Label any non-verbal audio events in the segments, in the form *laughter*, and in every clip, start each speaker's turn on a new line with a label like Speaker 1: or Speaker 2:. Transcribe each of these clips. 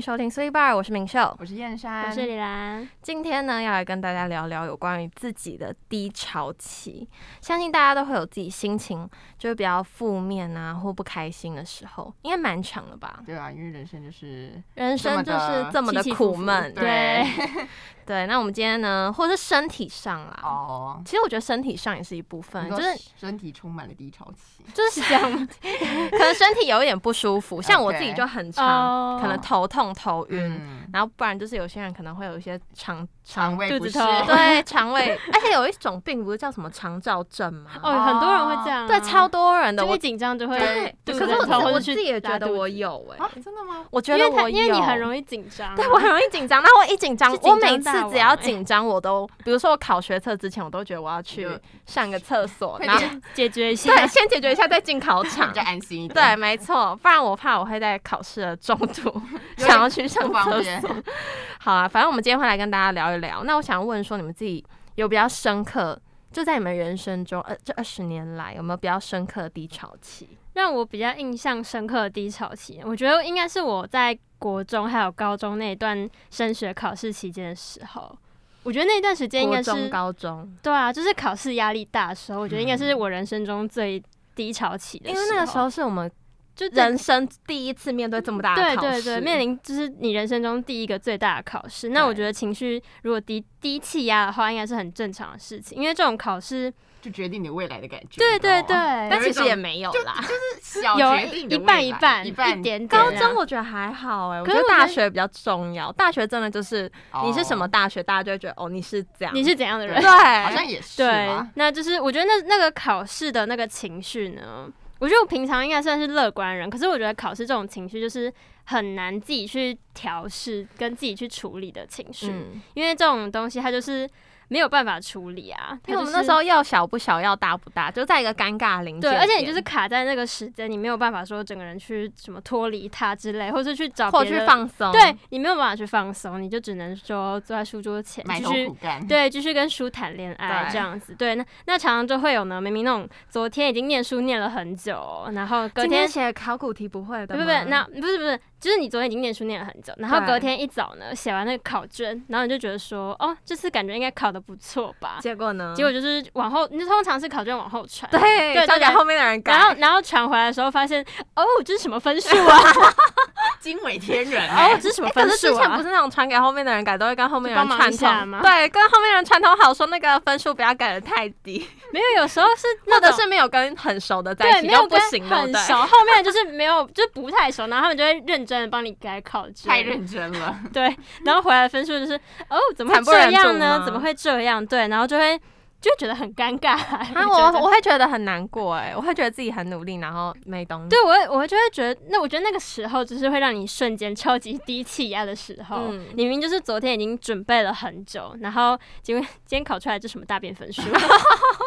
Speaker 1: 收听 Three Bar，我是明秀。
Speaker 2: 我是燕山，
Speaker 3: 我是李兰，
Speaker 1: 今天呢，要来跟大家聊聊有关于自己的低潮期。相信大家都会有自己心情就是比较负面啊或不开心的时候，应该蛮长的吧？
Speaker 2: 对啊，因为人生就是
Speaker 1: 人生就是这么的
Speaker 3: 起起伏
Speaker 1: 苦
Speaker 3: 伏
Speaker 1: 闷。
Speaker 2: 对
Speaker 3: *laughs*
Speaker 1: 对，那我们今天呢，或者是身体上啦，
Speaker 2: 哦，
Speaker 1: 其实我觉得身体上也是一部分，
Speaker 3: 嗯
Speaker 2: 你
Speaker 1: 就
Speaker 2: 说
Speaker 1: 是
Speaker 2: 身体充满了低潮期，
Speaker 1: 就是这样， *laughs* 可能身体有一点不舒服，
Speaker 2: *laughs*
Speaker 1: 像我自己
Speaker 2: OK
Speaker 1: 就很常
Speaker 3: 哦
Speaker 1: 可能头痛、头晕，
Speaker 2: 嗯，
Speaker 1: 然后不然就是有些人可能会有一些肠
Speaker 2: 肠胃
Speaker 3: 肚
Speaker 2: 不
Speaker 3: 子
Speaker 2: 适，
Speaker 3: 痛 *laughs*
Speaker 1: 对肠胃，而且有一种病不是叫什么肠燥症吗？
Speaker 3: 哦，很多人会这样啊，
Speaker 1: 对，超多人的
Speaker 3: 就
Speaker 1: 我
Speaker 3: 一。紧张就会
Speaker 2: 对
Speaker 3: 肚
Speaker 1: 可
Speaker 3: 子
Speaker 1: 是我
Speaker 3: 痛，或
Speaker 1: 我
Speaker 3: 者
Speaker 1: 自
Speaker 3: 去
Speaker 1: 己也
Speaker 3: 拉
Speaker 1: 觉得
Speaker 3: 肚
Speaker 1: 我
Speaker 3: 子，
Speaker 1: 有哎、
Speaker 2: 啊，真的吗？
Speaker 1: 我觉
Speaker 3: 因
Speaker 1: 得
Speaker 3: 为
Speaker 1: 我有，
Speaker 3: 他因为你很容易紧张， *laughs* 啊
Speaker 1: 对我很容易紧张，然后我一紧张
Speaker 3: 是，紧
Speaker 1: 我
Speaker 3: 张
Speaker 1: 每次
Speaker 3: 大王
Speaker 1: 只要
Speaker 3: 欸
Speaker 1: 紧张，我都，比如说我考学测之前，我都觉得我要去
Speaker 2: 就
Speaker 1: 上个厕所，
Speaker 2: 快
Speaker 1: 然后
Speaker 2: 点
Speaker 3: 解决一下，
Speaker 1: 对，先解决一下再进考场
Speaker 2: *laughs* 比较。安心一点，
Speaker 1: 对，没错，不然我怕我会在考试的中途
Speaker 2: 有点
Speaker 1: 想要去上
Speaker 2: 不方
Speaker 1: 厕
Speaker 2: 便
Speaker 1: 所。好啊，反正我们今天会来跟大家聊一聊。那我想问说，你们自己有比较深刻，就在你们人生中，呃，这二十年来有没有比较深刻的低潮期？
Speaker 3: 让我比较印象深刻的低潮期，我觉得应该是我在国中还有高中那一段升学考试期间的时候。我觉得那段时间应
Speaker 1: 国
Speaker 3: 该是
Speaker 1: 中、高中，
Speaker 3: 对啊，就是考试压力大的时候，我觉得应该是我人生中最低潮期的
Speaker 1: 因为那个时候是我们
Speaker 3: 就最
Speaker 1: 人生第一次面对这么大的
Speaker 3: 对
Speaker 1: 考
Speaker 3: 对
Speaker 1: 试，
Speaker 3: 对，面临就是你人生中第一个最大的考试。那我
Speaker 1: 对
Speaker 3: 觉得情绪如果低低气压的话，应该是很正常的事情，因为这种考试，
Speaker 2: 就决定你未来的感觉，
Speaker 3: 对
Speaker 2: 你知道吗
Speaker 3: 对对，，
Speaker 1: 但
Speaker 2: 有
Speaker 1: 其
Speaker 2: 一
Speaker 1: 实也
Speaker 2: 种
Speaker 1: 没有啦。
Speaker 3: *laughs*
Speaker 2: 小
Speaker 3: 有
Speaker 2: 决定你的
Speaker 3: 一
Speaker 2: 未
Speaker 3: 半一
Speaker 2: 来
Speaker 3: 半
Speaker 2: 一半
Speaker 3: 一点点
Speaker 1: 高
Speaker 3: 对啊
Speaker 1: 中我觉得还好哎、我
Speaker 3: 可
Speaker 1: 觉
Speaker 3: 是
Speaker 1: 得
Speaker 3: 我
Speaker 1: 大
Speaker 3: 觉得
Speaker 1: 学比较重要。大学真的就是你是什么
Speaker 2: 哦
Speaker 1: 大学，大家就会觉得哦你是这样，
Speaker 3: 你是怎样的人
Speaker 1: 对，？
Speaker 2: 好像也是
Speaker 3: 对
Speaker 2: 吧，，
Speaker 3: 那就是我觉得那那个考试的那个情绪呢，我觉得我平常应该算是乐观的人，可是我觉得考试这种情绪就是很难自己去调试跟自己去处理的情绪，
Speaker 1: 嗯，
Speaker 3: 因为这种东西它就是没有办法处理啊。它
Speaker 1: 因为我们
Speaker 3: 就
Speaker 1: 那
Speaker 3: 是
Speaker 1: 时候要小不小，要大不大，就在一个尴尬的临界
Speaker 3: 对，
Speaker 1: 点。
Speaker 3: 而且你就是卡在那个时间，你没有办法说整个人去什么脱离它之类，或是去找
Speaker 1: 或
Speaker 3: 别
Speaker 1: 去
Speaker 3: 的，
Speaker 1: 放松，
Speaker 3: 对你没有办法去放松，你就只能说坐在书桌前
Speaker 2: 埋
Speaker 3: 继
Speaker 2: 头
Speaker 3: 续 *laughs*
Speaker 2: 苦干，
Speaker 3: 对，就是跟书谈恋爱
Speaker 1: 对
Speaker 3: 这样子。对，那那常常就会有呢，明明那种昨天已经念书念了很久，然后隔
Speaker 1: 今
Speaker 3: 天。
Speaker 1: 写考古题不会
Speaker 3: 不
Speaker 1: 的
Speaker 3: 不
Speaker 1: 吗，
Speaker 3: 不，那不是不是，就是你昨天已经念书念了很久，然后
Speaker 1: 对
Speaker 3: 隔天一早呢，写完那个考卷，然后你就觉得说，哦，这次感觉应该考的不错吧？
Speaker 1: 结果呢？
Speaker 3: 结果就是往后，你通常是考卷往后传，
Speaker 1: 嗯对，
Speaker 3: 对
Speaker 1: 交给
Speaker 3: 对
Speaker 1: 后面的人改。哎
Speaker 3: 然后然后传回来的时候发现，哦，这是什么分数啊？
Speaker 2: 惊为天人
Speaker 3: 哦，
Speaker 2: 哎，
Speaker 3: 这是什么
Speaker 1: 哎
Speaker 3: 分
Speaker 1: 可是之
Speaker 3: 数
Speaker 1: 前不
Speaker 3: 啊？
Speaker 1: 是那种传给后面的人改，都会跟后面的人
Speaker 3: 就帮忙
Speaker 1: 串
Speaker 3: 一下
Speaker 1: 通，
Speaker 3: 吗
Speaker 1: 对，跟后面的人串通好，说那个分数不要改的太低，
Speaker 3: 没有，有时候是
Speaker 1: 或
Speaker 3: 那
Speaker 1: 者
Speaker 3: 种
Speaker 1: 是没有跟很熟的在
Speaker 3: 对，
Speaker 1: 一起
Speaker 3: 没有
Speaker 1: 就不
Speaker 3: 跟
Speaker 1: 行，对不
Speaker 3: 很
Speaker 1: 对？
Speaker 3: 熟，后面就是没有，就是不太熟，然后他们就会认真的帮你改考卷，
Speaker 2: 太认真
Speaker 3: *laughs*
Speaker 2: 了，
Speaker 3: 对，然后回来的分数就是哦，怎么
Speaker 1: 惨
Speaker 3: 会
Speaker 1: 不忍
Speaker 3: 这
Speaker 1: 睹
Speaker 3: 样
Speaker 1: 吗
Speaker 3: 呢？怎么会这样？对，然后就会就会觉得很尴尬。
Speaker 1: 啊，
Speaker 3: 觉得
Speaker 1: 我我会觉得很难过哎、我会觉得自己很努力，然后没东西。
Speaker 3: 对我会我就会觉得，那我觉得那个时候就是会让你瞬间超级低气压的时候，
Speaker 1: 嗯
Speaker 3: 你明明就是昨天已经准备了很久，然后结果今天考出来就什么大便分数，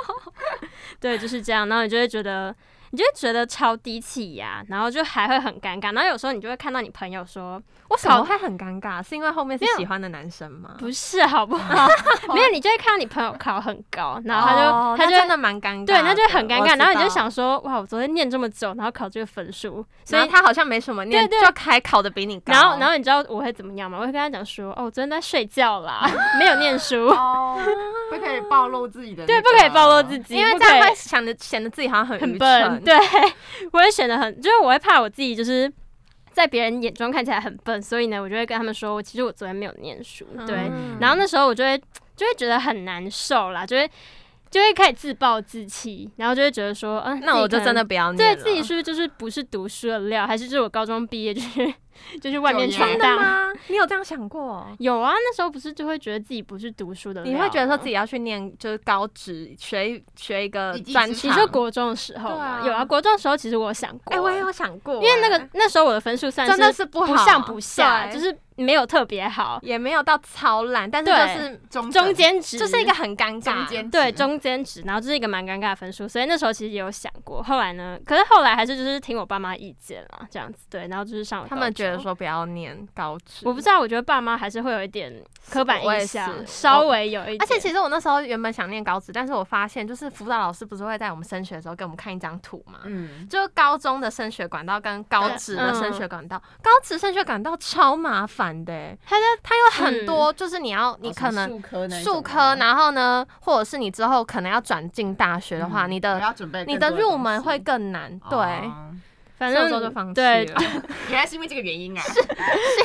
Speaker 3: *laughs* 对，就是这样，然后你就会觉得。你就会觉得超低气压，然后就还会很尴尬，然后有时候你就会看到你朋友说
Speaker 1: 为什么
Speaker 3: 考
Speaker 1: 会很尴尬？是因为后面是
Speaker 3: 没有
Speaker 1: 喜欢的男生吗？
Speaker 3: 不是好不好？ *laughs* 没有，你就会看到你朋友考很高，然后他就、
Speaker 1: 哦
Speaker 3: 他
Speaker 1: 那
Speaker 3: 就
Speaker 1: 真的蛮尴尬的，
Speaker 3: 对，那就会很尴
Speaker 1: 我
Speaker 3: 尬，
Speaker 1: 知
Speaker 3: 然后你就
Speaker 1: 道，
Speaker 3: 想说，哇，我昨天念这么久，然后考这个分数，所
Speaker 1: 所
Speaker 3: 以
Speaker 1: 以他好像没什么念，
Speaker 3: 对
Speaker 1: 就还考的比你高。
Speaker 3: 然后然后你知道我会怎么样吗？我会跟他讲说，哦，我昨天在睡觉啦， *laughs* 没有
Speaker 1: *laughs*
Speaker 3: 念书，
Speaker 2: 哦，不可以暴露自己的，
Speaker 3: 对，不可以暴露自
Speaker 2: 己，
Speaker 3: 己，
Speaker 1: 因为
Speaker 3: 不
Speaker 1: 这
Speaker 3: 可以
Speaker 1: 样会想着显得自己好像很
Speaker 3: 很
Speaker 1: 愚
Speaker 3: 笨，
Speaker 1: 蠢。
Speaker 3: 对，我会显得 *laughs* 很，就是我会怕我自己就是。在别人眼中看起来很笨，所以呢，我就会跟他们说，我其实我昨天没有念书，对，
Speaker 1: 嗯
Speaker 3: 然后那时候我就会就会觉得很难受啦，就会就会开始自暴自弃，然后就会觉得说，嗯、
Speaker 1: 那我
Speaker 3: 自
Speaker 1: 就
Speaker 3: 己
Speaker 1: 真
Speaker 3: 可能
Speaker 1: 的不要念
Speaker 3: 对
Speaker 1: 了。
Speaker 3: 自己是不是就是不是读书的料，还是就是我高中毕业就是 *laughs* 就去外面
Speaker 2: 就业
Speaker 3: 闯
Speaker 1: 真的
Speaker 3: 荡？
Speaker 1: 吗？你有这样想过？
Speaker 3: 有啊，那时候不是就会觉得自己不是读书的料，
Speaker 1: 你会觉得说自己要去念就是高职，学一学一个
Speaker 2: 一技
Speaker 1: 专
Speaker 2: 之
Speaker 3: 你
Speaker 1: 长
Speaker 2: 长？
Speaker 3: 说国中的时候嘛，
Speaker 1: 对啊哎
Speaker 3: 有啊，国中的时候其实我有想过，啊
Speaker 1: 哎，我也有想过，哎
Speaker 3: 因为那个那时候我的分数算
Speaker 1: 真的是不
Speaker 3: 不
Speaker 1: 好
Speaker 3: 上不下，
Speaker 1: 对
Speaker 3: 就是没有特别好，
Speaker 1: 也没有到超烂，但是就是
Speaker 2: 中
Speaker 3: 中
Speaker 2: 间
Speaker 3: 间值
Speaker 1: 就是一个很尴
Speaker 2: 中
Speaker 1: 尬，
Speaker 2: 间
Speaker 3: 对
Speaker 2: 值
Speaker 3: 中间值，然后这是一个蛮尴尬的分数，所以那时候其实也有想过，后来呢，可是后来还是就是听我爸妈意见啦，这样子对，然后就是上了
Speaker 1: 他们
Speaker 3: 高
Speaker 1: 觉得
Speaker 3: 中。
Speaker 1: 说不要念高职，
Speaker 3: 我不知道，我觉得爸妈还是会有一点刻板
Speaker 1: 我也
Speaker 3: 印象，
Speaker 1: 是
Speaker 3: 稍
Speaker 1: 我
Speaker 3: 微有一点。
Speaker 1: 而且其实我那时候原本想念高职，但是我发现就是辅导老师不是会在我们升学的时候给我们看一张图嘛，
Speaker 2: 嗯，
Speaker 1: 就是高中的升学管道跟高职的升学管道，高职升学管道超麻烦的、欸，
Speaker 3: 它
Speaker 1: 的它有很多，就是你要、你
Speaker 2: 哦
Speaker 1: 可能
Speaker 2: 数科那一
Speaker 1: 数
Speaker 2: 种
Speaker 1: 科，
Speaker 2: 的
Speaker 1: 然后呢，或者是你之后可能要转进大学的话，
Speaker 2: 嗯
Speaker 1: 你
Speaker 2: 我
Speaker 1: 的
Speaker 2: 要准备
Speaker 1: 你
Speaker 2: 更
Speaker 1: 的
Speaker 2: 多
Speaker 1: 入
Speaker 2: 东
Speaker 1: 门
Speaker 2: 西
Speaker 1: 会更难，对，
Speaker 2: 哦
Speaker 3: 反
Speaker 1: 所以我
Speaker 3: 正
Speaker 1: *laughs* 之后就放弃
Speaker 3: 对，
Speaker 1: 了，是
Speaker 2: 原来是因为这个原因啊，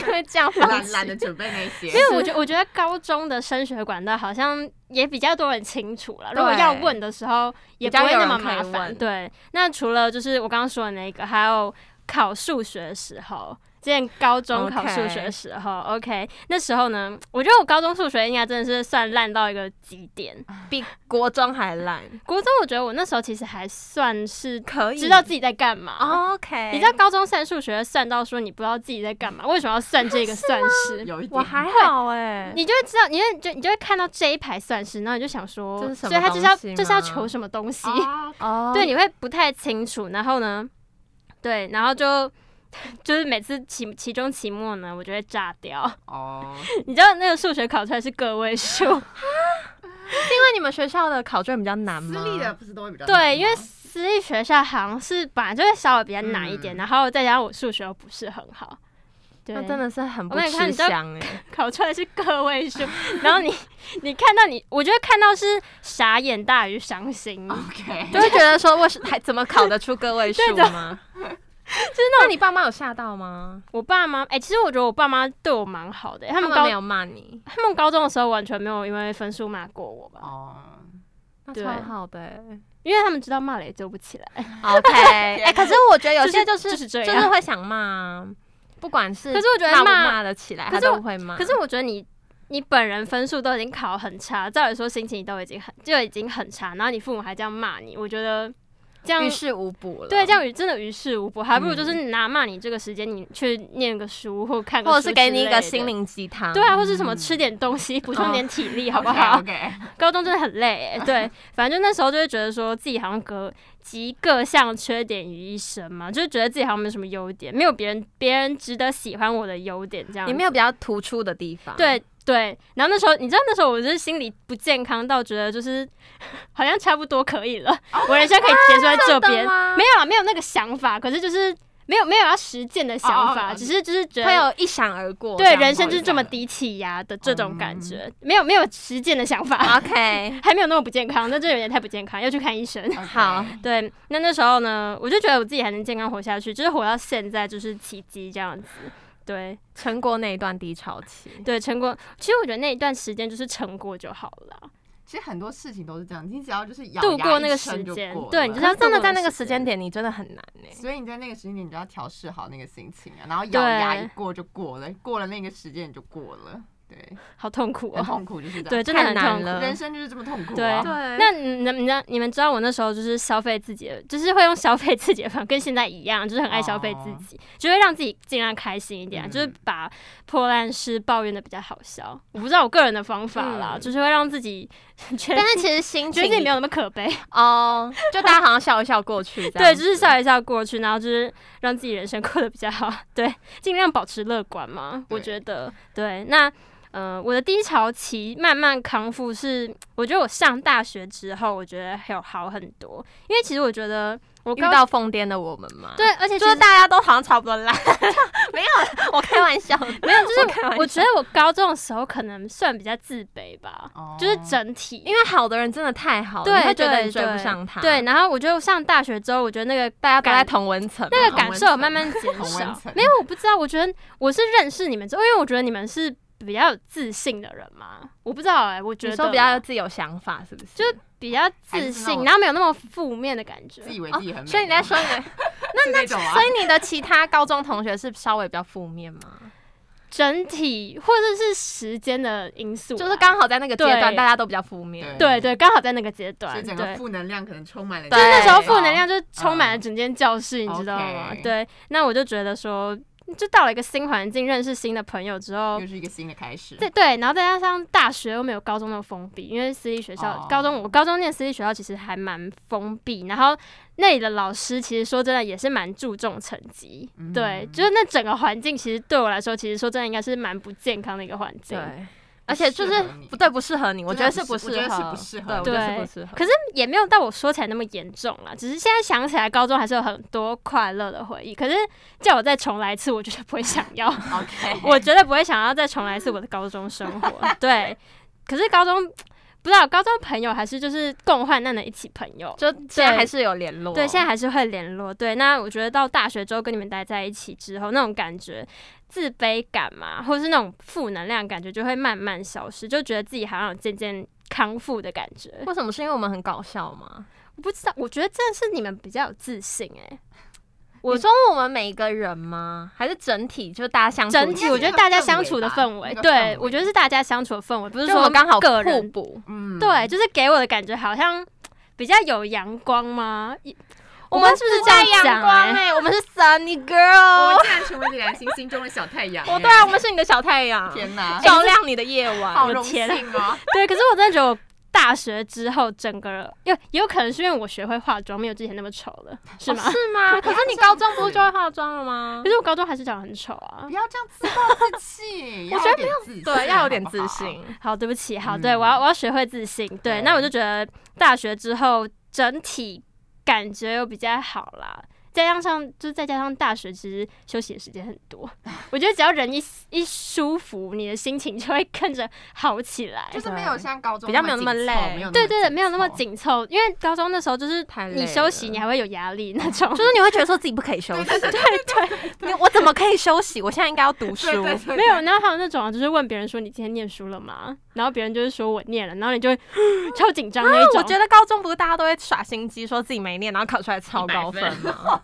Speaker 1: 因为这样放
Speaker 2: 懒
Speaker 1: 弃。
Speaker 2: 懒得准备那些
Speaker 3: 因。为我觉我觉得高中的升学管道好像也比较多人清楚了，如果要问的时候也不会那么麻
Speaker 1: 比较有人可以
Speaker 3: 烦。
Speaker 1: 问
Speaker 3: 对，那除了就是我刚刚说的那个，还有考数学的时候。之前高中考数学的时候 o k 那时候呢，我觉得我高中数学应该真的是算烂到一个极点。
Speaker 1: 比国中还烂，
Speaker 3: 国中我觉得我那时候其实还算是
Speaker 1: 可以哦
Speaker 3: 知道自己在干嘛。
Speaker 1: OK，
Speaker 3: 你知道高中算数学会算到说你不知道自己在干嘛，为什么要算这个算式？
Speaker 2: 有一点，哦
Speaker 1: 我还好哎、
Speaker 3: 你就会知道，你就就你就会看到这一排算式，然后你就想说，
Speaker 1: 这是什
Speaker 3: 所
Speaker 1: 么
Speaker 3: 以他就是要
Speaker 1: 东西
Speaker 3: 就是要
Speaker 1: 吗
Speaker 3: 求什么东西，
Speaker 2: 啊
Speaker 1: 哦
Speaker 3: *laughs* 对，你会不太清楚。然后呢，对，然后就就是每次期期中期末呢，我就会炸掉。 *laughs*
Speaker 2: 哦，
Speaker 3: 你知道那个数学考出来是个
Speaker 1: *laughs*
Speaker 3: 位数，
Speaker 1: 因为你们学校的考卷比较难
Speaker 2: 私
Speaker 1: 吗？
Speaker 2: 立的不是都会比较
Speaker 3: 对，
Speaker 2: 难
Speaker 3: 因为
Speaker 2: 吗
Speaker 3: 私立学校好像是本来就会稍微比较难一
Speaker 2: 嗯
Speaker 3: 点，然后再加上我数学又不是很好，对，
Speaker 1: 那真的是很不
Speaker 3: 我跟你看
Speaker 1: 吃
Speaker 3: 你知道
Speaker 1: 香哎、
Speaker 3: 考出来是个位数，然后你你看到你，我觉得看到是傻眼大于伤
Speaker 1: *laughs*
Speaker 3: 心。
Speaker 2: OK，
Speaker 1: 就会觉得说我是还怎么考得出个位数
Speaker 3: 对
Speaker 1: 吗？就是那你爸妈有吓到吗？
Speaker 3: 我爸妈，哎、其实我觉得我爸妈对我蛮好的、他
Speaker 1: 他
Speaker 3: 们
Speaker 1: 们
Speaker 3: 高
Speaker 1: 没
Speaker 3: 他
Speaker 1: 有骂你，
Speaker 3: 们高中的时候完全没有因为分数骂过我吧，
Speaker 2: 哦，
Speaker 1: 那
Speaker 3: 对
Speaker 1: 超好的欸、
Speaker 3: 因为他们知道骂了也救不起来。
Speaker 1: *laughs* OK，哎、可是我觉得有些
Speaker 3: 就是是这
Speaker 1: 就是
Speaker 3: 样。
Speaker 1: 会想骂啊，不管是
Speaker 3: 可是我觉得
Speaker 1: 骂不
Speaker 3: 骂
Speaker 1: 骂得起来，
Speaker 3: 可
Speaker 1: 他
Speaker 3: 是我
Speaker 1: 都会骂。
Speaker 3: 可是我觉得你你本人分数都已经考很差，照理说心情都已经很就已经很差，然后你父母还这样骂你，我觉得这样
Speaker 1: 于事无补了，
Speaker 3: 对这样于真的于事无补，还不如就是拿骂你这个时间你去念个书或看个
Speaker 1: 或
Speaker 3: 书
Speaker 1: 者是给你一
Speaker 3: 之类
Speaker 1: 个
Speaker 3: 的
Speaker 1: 心。灵鸡汤，
Speaker 3: 对啊，或是什么吃点东西补充点体力，好不好？
Speaker 2: ？OK，
Speaker 3: 高中真的很累、欸，对，反正就那时候就会觉得说自己好像各集各项缺点于一身嘛，就是觉得自己好像没有什么优点，没有别人别人值得喜欢我的优点这样
Speaker 1: 你
Speaker 3: 子。
Speaker 1: 没有比较突出的地方，，
Speaker 3: 对对，然后那时候你知道那时候我就是心理不健康到觉得就是 *laughs* 好像差不多可以了，我人生可以结束在这边，
Speaker 1: 吗
Speaker 3: 没？有啊，没有那个想法，可是就是没有没有要实践的想法，
Speaker 2: 哦哦
Speaker 3: 只是就是觉
Speaker 1: 他
Speaker 3: 得。
Speaker 1: 有一闪而过这
Speaker 3: 对，
Speaker 1: 样子，
Speaker 3: 人生
Speaker 2: 好
Speaker 3: 就是这么
Speaker 2: 像
Speaker 3: 低气压的这种感觉，没有没有实践的想法。
Speaker 1: *laughs* OK。
Speaker 3: 还没有那么不健康，那这有点太不健康，要去看医生。
Speaker 1: 好
Speaker 3: 对，那那时候呢，我就觉得我自己还能健康活下去，就是活到现在就是奇迹这样子。对
Speaker 1: 成果那一段低潮期，
Speaker 3: 对，撑过。其实我觉得那一段时间就是撑过就好了。
Speaker 2: 其实很多事情都是这样，你只要就是咬
Speaker 3: 度
Speaker 2: 牙
Speaker 3: 过
Speaker 2: 一
Speaker 3: 那个
Speaker 2: 撑
Speaker 3: 时
Speaker 2: 就
Speaker 3: 间
Speaker 2: 过
Speaker 3: 对
Speaker 2: 了
Speaker 3: 你
Speaker 1: 可
Speaker 3: 就是要
Speaker 1: 是真
Speaker 3: 度
Speaker 1: 的
Speaker 3: 过
Speaker 1: 在
Speaker 3: 那
Speaker 1: 那
Speaker 3: 个
Speaker 1: 个
Speaker 3: 时
Speaker 1: 时
Speaker 3: 间
Speaker 1: 间点，你真的很难欸呢、
Speaker 2: 所以你在那个时间点，你就要调试好那个心情啊，然后咬牙
Speaker 3: 对
Speaker 2: 一过就过了，过了那个时间你就过了，对，
Speaker 3: 好痛苦
Speaker 2: 很
Speaker 3: 哦。
Speaker 2: 痛苦就是这
Speaker 3: 对，
Speaker 2: 样，
Speaker 3: 真的
Speaker 1: 太
Speaker 3: 很
Speaker 1: 难
Speaker 3: 痛苦。
Speaker 1: 了
Speaker 2: 人生就是这么痛苦
Speaker 3: 对
Speaker 2: 啊。
Speaker 1: 对
Speaker 3: 那你们你们你们知道我那时候就是消费自己的，就是会用消费自己的方法，跟现在一样，就是很爱消费自己，就会让自己尽量开心一点啊，
Speaker 2: 嗯
Speaker 3: 就是把破烂事抱怨的比较好笑。我不知道我个人的方法啦，
Speaker 1: 嗯
Speaker 3: 就是会让自己 *laughs* 觉得
Speaker 1: *laughs* 但。是其实心情
Speaker 3: 觉得自己没有那么可悲，
Speaker 1: 哦，就大家好像笑一笑过去，
Speaker 3: *laughs*
Speaker 1: 这
Speaker 3: 对，
Speaker 1: 样
Speaker 3: 就是
Speaker 1: 子
Speaker 3: 笑一笑过去，然后就是让自己人生过得比较好， *laughs* 对，尽量保持乐观嘛，我
Speaker 2: 对
Speaker 3: 觉得，对，那。呃，我的低潮期慢慢康复是，我觉得我上大学之后，我觉得还有好很多，因为其实我觉得我
Speaker 1: 遇
Speaker 3: 高
Speaker 1: 到疯癫的我们嘛，，
Speaker 3: 对，而且
Speaker 1: 就
Speaker 3: 其
Speaker 1: 是
Speaker 3: 实
Speaker 1: 大家都好像差不多烂， *laughs* 没有，我开玩笑的，
Speaker 3: 没有，就
Speaker 1: 我开
Speaker 3: 是
Speaker 1: 玩
Speaker 3: 我觉
Speaker 1: 笑
Speaker 3: 得我高中的时候可能算比较自卑吧，
Speaker 2: 哦
Speaker 3: 就是整体，
Speaker 1: 因为好的人真的太好了，
Speaker 3: 对
Speaker 1: 你会觉得
Speaker 3: 对
Speaker 1: 你追
Speaker 3: 对
Speaker 1: 不上他，
Speaker 3: 对，，然后我就上大学之后，我觉得那个
Speaker 1: 大家都
Speaker 3: 感
Speaker 1: 在同文层嘛，
Speaker 3: 那个
Speaker 2: 同
Speaker 3: 感
Speaker 2: 温
Speaker 3: 受有
Speaker 2: 层
Speaker 3: 慢慢减
Speaker 2: 同温
Speaker 3: 少
Speaker 2: 层，
Speaker 3: 没有，我不知道，我觉得我是认识你们之后，因为我觉得你们是比较有自信的人嘛，我不知道哎、我觉
Speaker 1: 你
Speaker 3: 得
Speaker 1: 说比较
Speaker 3: 啦
Speaker 1: 自己有想法是不是？
Speaker 3: 就比较
Speaker 2: 还
Speaker 3: 自
Speaker 2: 是那
Speaker 3: 信，
Speaker 2: 种
Speaker 3: 然后没有那么负面的感觉
Speaker 2: 自。以为自己很美，
Speaker 1: 哦所以你在说你的，
Speaker 2: 那那种啊
Speaker 1: 所，以你的其他高中同学是稍微比较负面吗？
Speaker 3: 整体或者是时间的因素啦，
Speaker 1: 就是刚好在那个阶段
Speaker 3: 对
Speaker 1: 大家都比较负面，
Speaker 2: 对
Speaker 3: 对对，刚好在那个阶
Speaker 2: 嗯所以
Speaker 3: 段，
Speaker 2: 整
Speaker 3: 对
Speaker 2: 个。负能量可能充满了你，
Speaker 1: 对
Speaker 3: 就是那时候
Speaker 1: 对
Speaker 3: 负能量就充满了
Speaker 2: 嗯
Speaker 3: 整间教室，你知道吗
Speaker 2: OK？
Speaker 3: 对，那我就觉得说，就到了一个新环境，认识新的朋友之后
Speaker 2: 哦又，是一个新的开始。
Speaker 3: 对对，然后再加上大学又没有高中那么封闭，因为私立学校，
Speaker 2: 哦
Speaker 3: 高中我高中念私立学校其实还蛮封闭，然后那里的老师其实说真的也是蛮注重成绩，对，就是那整个环境其实对我来说，其实说真的应该是蛮不健康的一个环境，
Speaker 1: 对，而且就是
Speaker 2: 适合你
Speaker 1: 不对，不适合你，我觉得是不
Speaker 2: 我
Speaker 1: 适
Speaker 2: 觉得是
Speaker 1: 合，
Speaker 2: 不适合
Speaker 1: 对，我觉得
Speaker 3: 对
Speaker 1: 是不适合。
Speaker 3: 可是也没有到我说起来那么严重啦，只是现在想起来高中还是有很多快乐的回忆，可是叫我再重来一次，我绝对不会想
Speaker 1: *laughs*
Speaker 3: 要。
Speaker 2: OK，
Speaker 3: 我绝对不会想要再重来一次我的高中生活。 *laughs* 对，可是高中不知道高中朋友还是就是共患难的哦一起朋友。
Speaker 1: 就现在还是有联络，哦
Speaker 3: 对，现在还是会联络。对，那我觉得到大学之后跟你们待在一起之后，那种感觉自卑感嘛，或者是那种负能量感觉就会慢慢消失，就觉得自己好像有渐渐康复的感觉。
Speaker 1: 为什么？是因为我们很搞笑吗？
Speaker 3: 我不知道，我觉得真的是你们比较有自信欸诶、我
Speaker 1: 你说我们每一个人吗？还是整体？就是大家相处
Speaker 3: 整
Speaker 1: 起
Speaker 3: 体
Speaker 1: 来
Speaker 3: 我觉得大家相处的
Speaker 2: 那个氛
Speaker 3: 氛围
Speaker 2: 围吧，那个
Speaker 3: 对
Speaker 2: 氛围
Speaker 3: 我觉得是大家相处的氛围，不是
Speaker 1: 就我
Speaker 3: 说
Speaker 1: 们刚好
Speaker 3: 个
Speaker 1: 互
Speaker 3: 人
Speaker 1: 补。
Speaker 2: 嗯，
Speaker 3: 对，就是给我的感觉好像比较有阳光吗？一
Speaker 1: 我
Speaker 3: 我
Speaker 1: 们
Speaker 3: 们
Speaker 1: 是不是
Speaker 3: 不太
Speaker 1: 这样
Speaker 3: 阳
Speaker 1: 讲
Speaker 3: 光
Speaker 1: 哎？我们是 Sunny
Speaker 2: 我
Speaker 1: Girl，
Speaker 2: 们竟然成为李兰心心中的小太阳。
Speaker 1: *laughs*
Speaker 2: 哎
Speaker 1: 我对啊，我们哎是你的小太阳，
Speaker 2: 天哪，
Speaker 1: 照亮你的夜晚。
Speaker 2: 好
Speaker 3: 我
Speaker 2: 荣幸
Speaker 3: 天
Speaker 1: *laughs*
Speaker 2: 哦！
Speaker 3: 对，可是我真的觉得我大学之后整个人，也也有可能是因为我学会化妆，没有之前那么丑了，是吗？
Speaker 1: 哦是吗？可是你高中不是就会化妆了吗
Speaker 3: 可？是我高中还是长得很丑啊
Speaker 2: 不。要这样自暴自弃，
Speaker 1: 我
Speaker 2: 要
Speaker 1: 觉得
Speaker 2: 有点自信，
Speaker 1: *laughs* 对，要有点
Speaker 2: 好不
Speaker 1: 自
Speaker 2: 好。
Speaker 1: 信。
Speaker 3: 好，对不起，好，
Speaker 2: 嗯
Speaker 3: 对我要我要学会自信。对，
Speaker 2: 对
Speaker 3: 那我就觉得大学之后整体感觉又比较好啦。再加上，就是再加上大学，其实休息的时间很
Speaker 1: *laughs*
Speaker 3: 多。我觉得只要人一一舒服，你的心情就会跟着好起来。
Speaker 2: 就是没有像高中
Speaker 1: 哎比较没有那么
Speaker 2: 紧
Speaker 1: 累
Speaker 2: 凑没有那么
Speaker 3: 对对对，没有那么
Speaker 2: 紧
Speaker 3: 紧凑，因为高中那时候就是
Speaker 1: 太累
Speaker 3: 你休息，
Speaker 1: 了哦
Speaker 3: 你还会有压力那种。
Speaker 1: 就是你会觉得说自己不可以休息，对对你我怎么可以休息？我现在应该要读
Speaker 2: 凑。
Speaker 1: 书，
Speaker 2: 对对对，
Speaker 3: 没有，然后还有那种啊就是问别人说你今天念书了吗？然后别人就是说我念了，然后你就会 *gasps* 超紧张那一种。
Speaker 1: 啊我觉得高中不是大家都会耍心机，说自己没念，然后考出来超高分吗？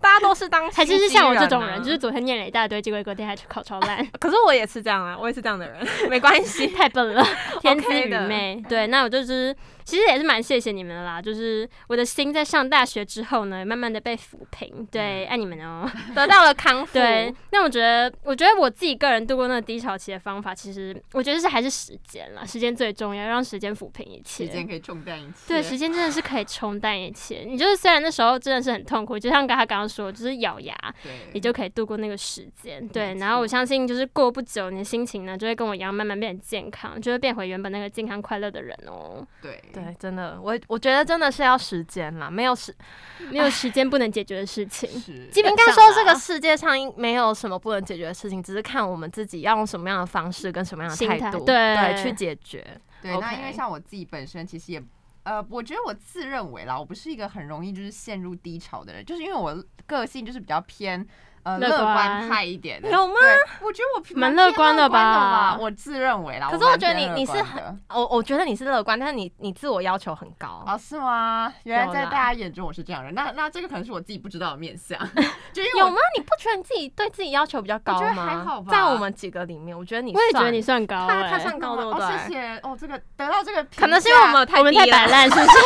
Speaker 1: 大家都是当
Speaker 3: 还
Speaker 1: 心机
Speaker 3: 是是像我这种
Speaker 1: 人
Speaker 3: 人，
Speaker 1: 啊
Speaker 3: 就是昨天念了一大堆，结果隔天还去考超烂， *laughs*
Speaker 1: 可是我也是这样啊，我也是这样的 *laughs* 人，没关系。
Speaker 3: 太
Speaker 1: *laughs*
Speaker 3: 笨了，天资
Speaker 1: OK
Speaker 3: 愚
Speaker 1: 的
Speaker 3: 昧。对，那我就是其实也是蛮谢谢你们的啦，就是我的心在上大学之后呢，慢慢的被抚平。
Speaker 1: 嗯
Speaker 3: 对，爱你们
Speaker 1: *laughs*
Speaker 3: 哦。
Speaker 1: 得到了康复，
Speaker 3: 对，那我觉得，我觉得我自己个人度过那个低潮期的方法，其实我觉得是还是时间啦，时间最重要，让时间抚平一
Speaker 2: 时间
Speaker 3: 切。
Speaker 2: 可以冲淡一切。
Speaker 3: 对，时间真的是可以冲淡一切。你就是虽然那时候真的是很痛苦，就像刚他刚刚说，就是咬牙，
Speaker 2: 对
Speaker 3: 你就可以度过那个时间。对，
Speaker 2: 没
Speaker 3: 然后我
Speaker 2: 错
Speaker 3: 相信，就是过不久，你的心情呢就会跟我一样慢慢变得健康，就会变回原本那个健康快乐的人哦。
Speaker 2: 对
Speaker 1: 对，真的，我我觉得真的是要时间啦，没有时，
Speaker 3: *laughs* 没有时间不能解决的事情。
Speaker 2: 是
Speaker 3: 基
Speaker 1: 应
Speaker 3: 本
Speaker 1: 该
Speaker 3: 上
Speaker 1: 说
Speaker 3: 啦
Speaker 1: 这个世界上应啊没有什么不能解决的事情，只是看我们自己要用什么样的方式跟什么样的
Speaker 3: 心
Speaker 1: 态
Speaker 3: 态
Speaker 1: 度，
Speaker 3: 对
Speaker 1: 去解决。
Speaker 2: 对，那
Speaker 1: OK
Speaker 2: 因为像我自己本身其实也，呃，我觉得我自认为啦，我不是一个很容易就是陷入低潮的人，就是因为我个性就是比较偏呃
Speaker 3: 乐
Speaker 2: 乐
Speaker 3: 观
Speaker 2: 观派一点
Speaker 1: *laughs*
Speaker 2: 的。
Speaker 1: 有吗？
Speaker 2: 对，我觉得我
Speaker 3: 蛮
Speaker 2: 偏
Speaker 3: 乐
Speaker 2: 乐
Speaker 3: 观的
Speaker 2: 的
Speaker 3: 吧
Speaker 2: 我自认为啦。
Speaker 1: 可是
Speaker 2: 蛮
Speaker 1: 我觉得
Speaker 2: 偏
Speaker 1: 你
Speaker 2: 乐
Speaker 1: 你是
Speaker 2: 观
Speaker 1: 很
Speaker 2: 的
Speaker 1: 我我觉得你是乐观，但是你你自我要求很高。
Speaker 2: 哦，是吗？原来
Speaker 1: 有
Speaker 2: 在
Speaker 1: 啦
Speaker 2: 大家眼中我是这样的人，那那这个可能是我自己不知道的
Speaker 1: *laughs*
Speaker 2: 面相，就因为
Speaker 1: 有
Speaker 2: 我
Speaker 1: 吗？你不觉得你自己对自己要求比较高
Speaker 2: 我觉得
Speaker 1: 吗？
Speaker 2: 还好吧
Speaker 1: 在我们几个里面，我觉得你
Speaker 3: *laughs* 我也觉得
Speaker 1: 算
Speaker 3: 你算高、
Speaker 1: 他
Speaker 3: 欸，
Speaker 1: 他算高，对不
Speaker 2: 哦，谢
Speaker 1: 对？
Speaker 2: 谢哦，这个得到这个评价，
Speaker 1: 可能是因为我们
Speaker 3: 我
Speaker 1: 太
Speaker 3: 们
Speaker 1: 低
Speaker 3: 太摆
Speaker 1: 了，
Speaker 3: 烂，是不是？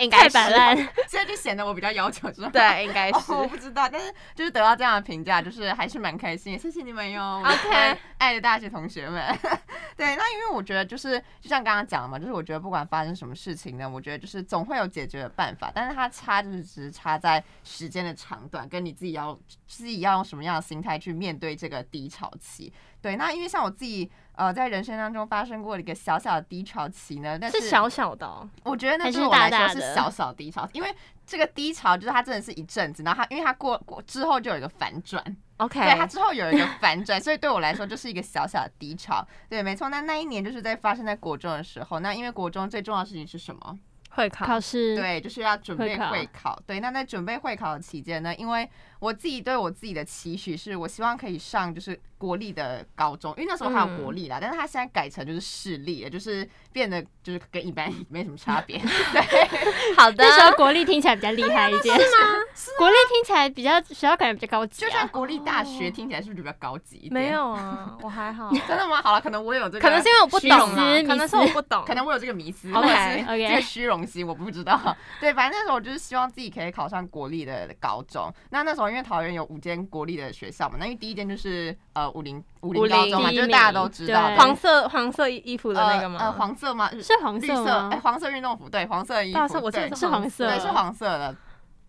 Speaker 1: 应该
Speaker 3: *laughs* 太
Speaker 1: 是
Speaker 2: *laughs*
Speaker 3: 摆，烂。
Speaker 2: 现在就显得我比较要求是吧？
Speaker 1: 对，应该是
Speaker 2: 哦，我不知道，但是就是得到这样的评价，就是还是蛮开心的，谢谢你们哟
Speaker 1: OK
Speaker 2: 我们爱的大学同学们。 *laughs* 对，那因为我觉得就是就像刚刚讲的嘛，就是我觉得不管发生什么事情呢，我觉得就是总会有解决的办法，但是它差就是只是差在时间的长短，跟你自己要自己要用什么样的心态去面对这个低潮期。对，那因为像我自己呃在人生当中发生过一个小小的低潮期呢，但
Speaker 1: 是小小的哦，
Speaker 2: 我觉得那
Speaker 3: 还
Speaker 2: 对
Speaker 3: 是
Speaker 2: 我
Speaker 3: 大
Speaker 2: 来说
Speaker 3: 大
Speaker 2: 是
Speaker 3: 的
Speaker 2: 小小低潮，因为这个低潮就是它真的是一阵子，然后它因为它过过之后就有一个反转，
Speaker 1: OK，
Speaker 2: 对它之后有一个反转，所以对我来说就是一个小小的低潮。对，没错。那那一年就是在发生在国中的时候，那因为国中最重要的事情是什么？
Speaker 1: 会考
Speaker 3: *laughs* 考试，
Speaker 2: 对，就是要准备
Speaker 3: 嗯会考
Speaker 2: 会考。对，那在准备会考的期间呢，因为我自己对我自己的期许是，我希望可以上就是国立的高中，因为那时候还
Speaker 3: 嗯
Speaker 2: 有国立啦，但是他现在改成就是市立了，就是变得就是跟一般 *laughs* 没什么差别。
Speaker 1: 好的
Speaker 3: 那时候国力听起来比较厉害一点，是吗？ *laughs* 国力听起来比较学校感觉比较高级、
Speaker 2: 就
Speaker 3: 啊，
Speaker 2: 算国立大学听起来是不是比较高级一点？
Speaker 1: 哦没，有啊，我还
Speaker 2: *laughs*
Speaker 1: 好，
Speaker 2: 真的吗？好了，可能我有这个，
Speaker 1: 可能是因为我不懂啊
Speaker 3: 迷思，
Speaker 1: 可能是我不懂，
Speaker 2: 可能我有这个迷思，
Speaker 1: *laughs* OK，
Speaker 2: 或者是
Speaker 3: OK
Speaker 2: 这个虚荣西，我不知道。 *laughs* 对，反正那时候我就是希望自己可以考上国立的高中。那那时候因为桃园有五间国立的学校嘛，那因为第一间就是呃武林武林高中嘛，
Speaker 3: 武林
Speaker 2: 就是大家都知道的
Speaker 3: 对
Speaker 1: 黄色黄色衣服的那个吗？
Speaker 2: 呃呃黄色吗？
Speaker 3: 是黄
Speaker 2: 绿
Speaker 3: 色
Speaker 2: 色
Speaker 3: 吗？啊
Speaker 2: 哎、黄色运动服对，黄色衣
Speaker 1: 大
Speaker 2: 服
Speaker 1: 色我记得
Speaker 2: 对
Speaker 3: 是黄色
Speaker 2: 对，是黄色的。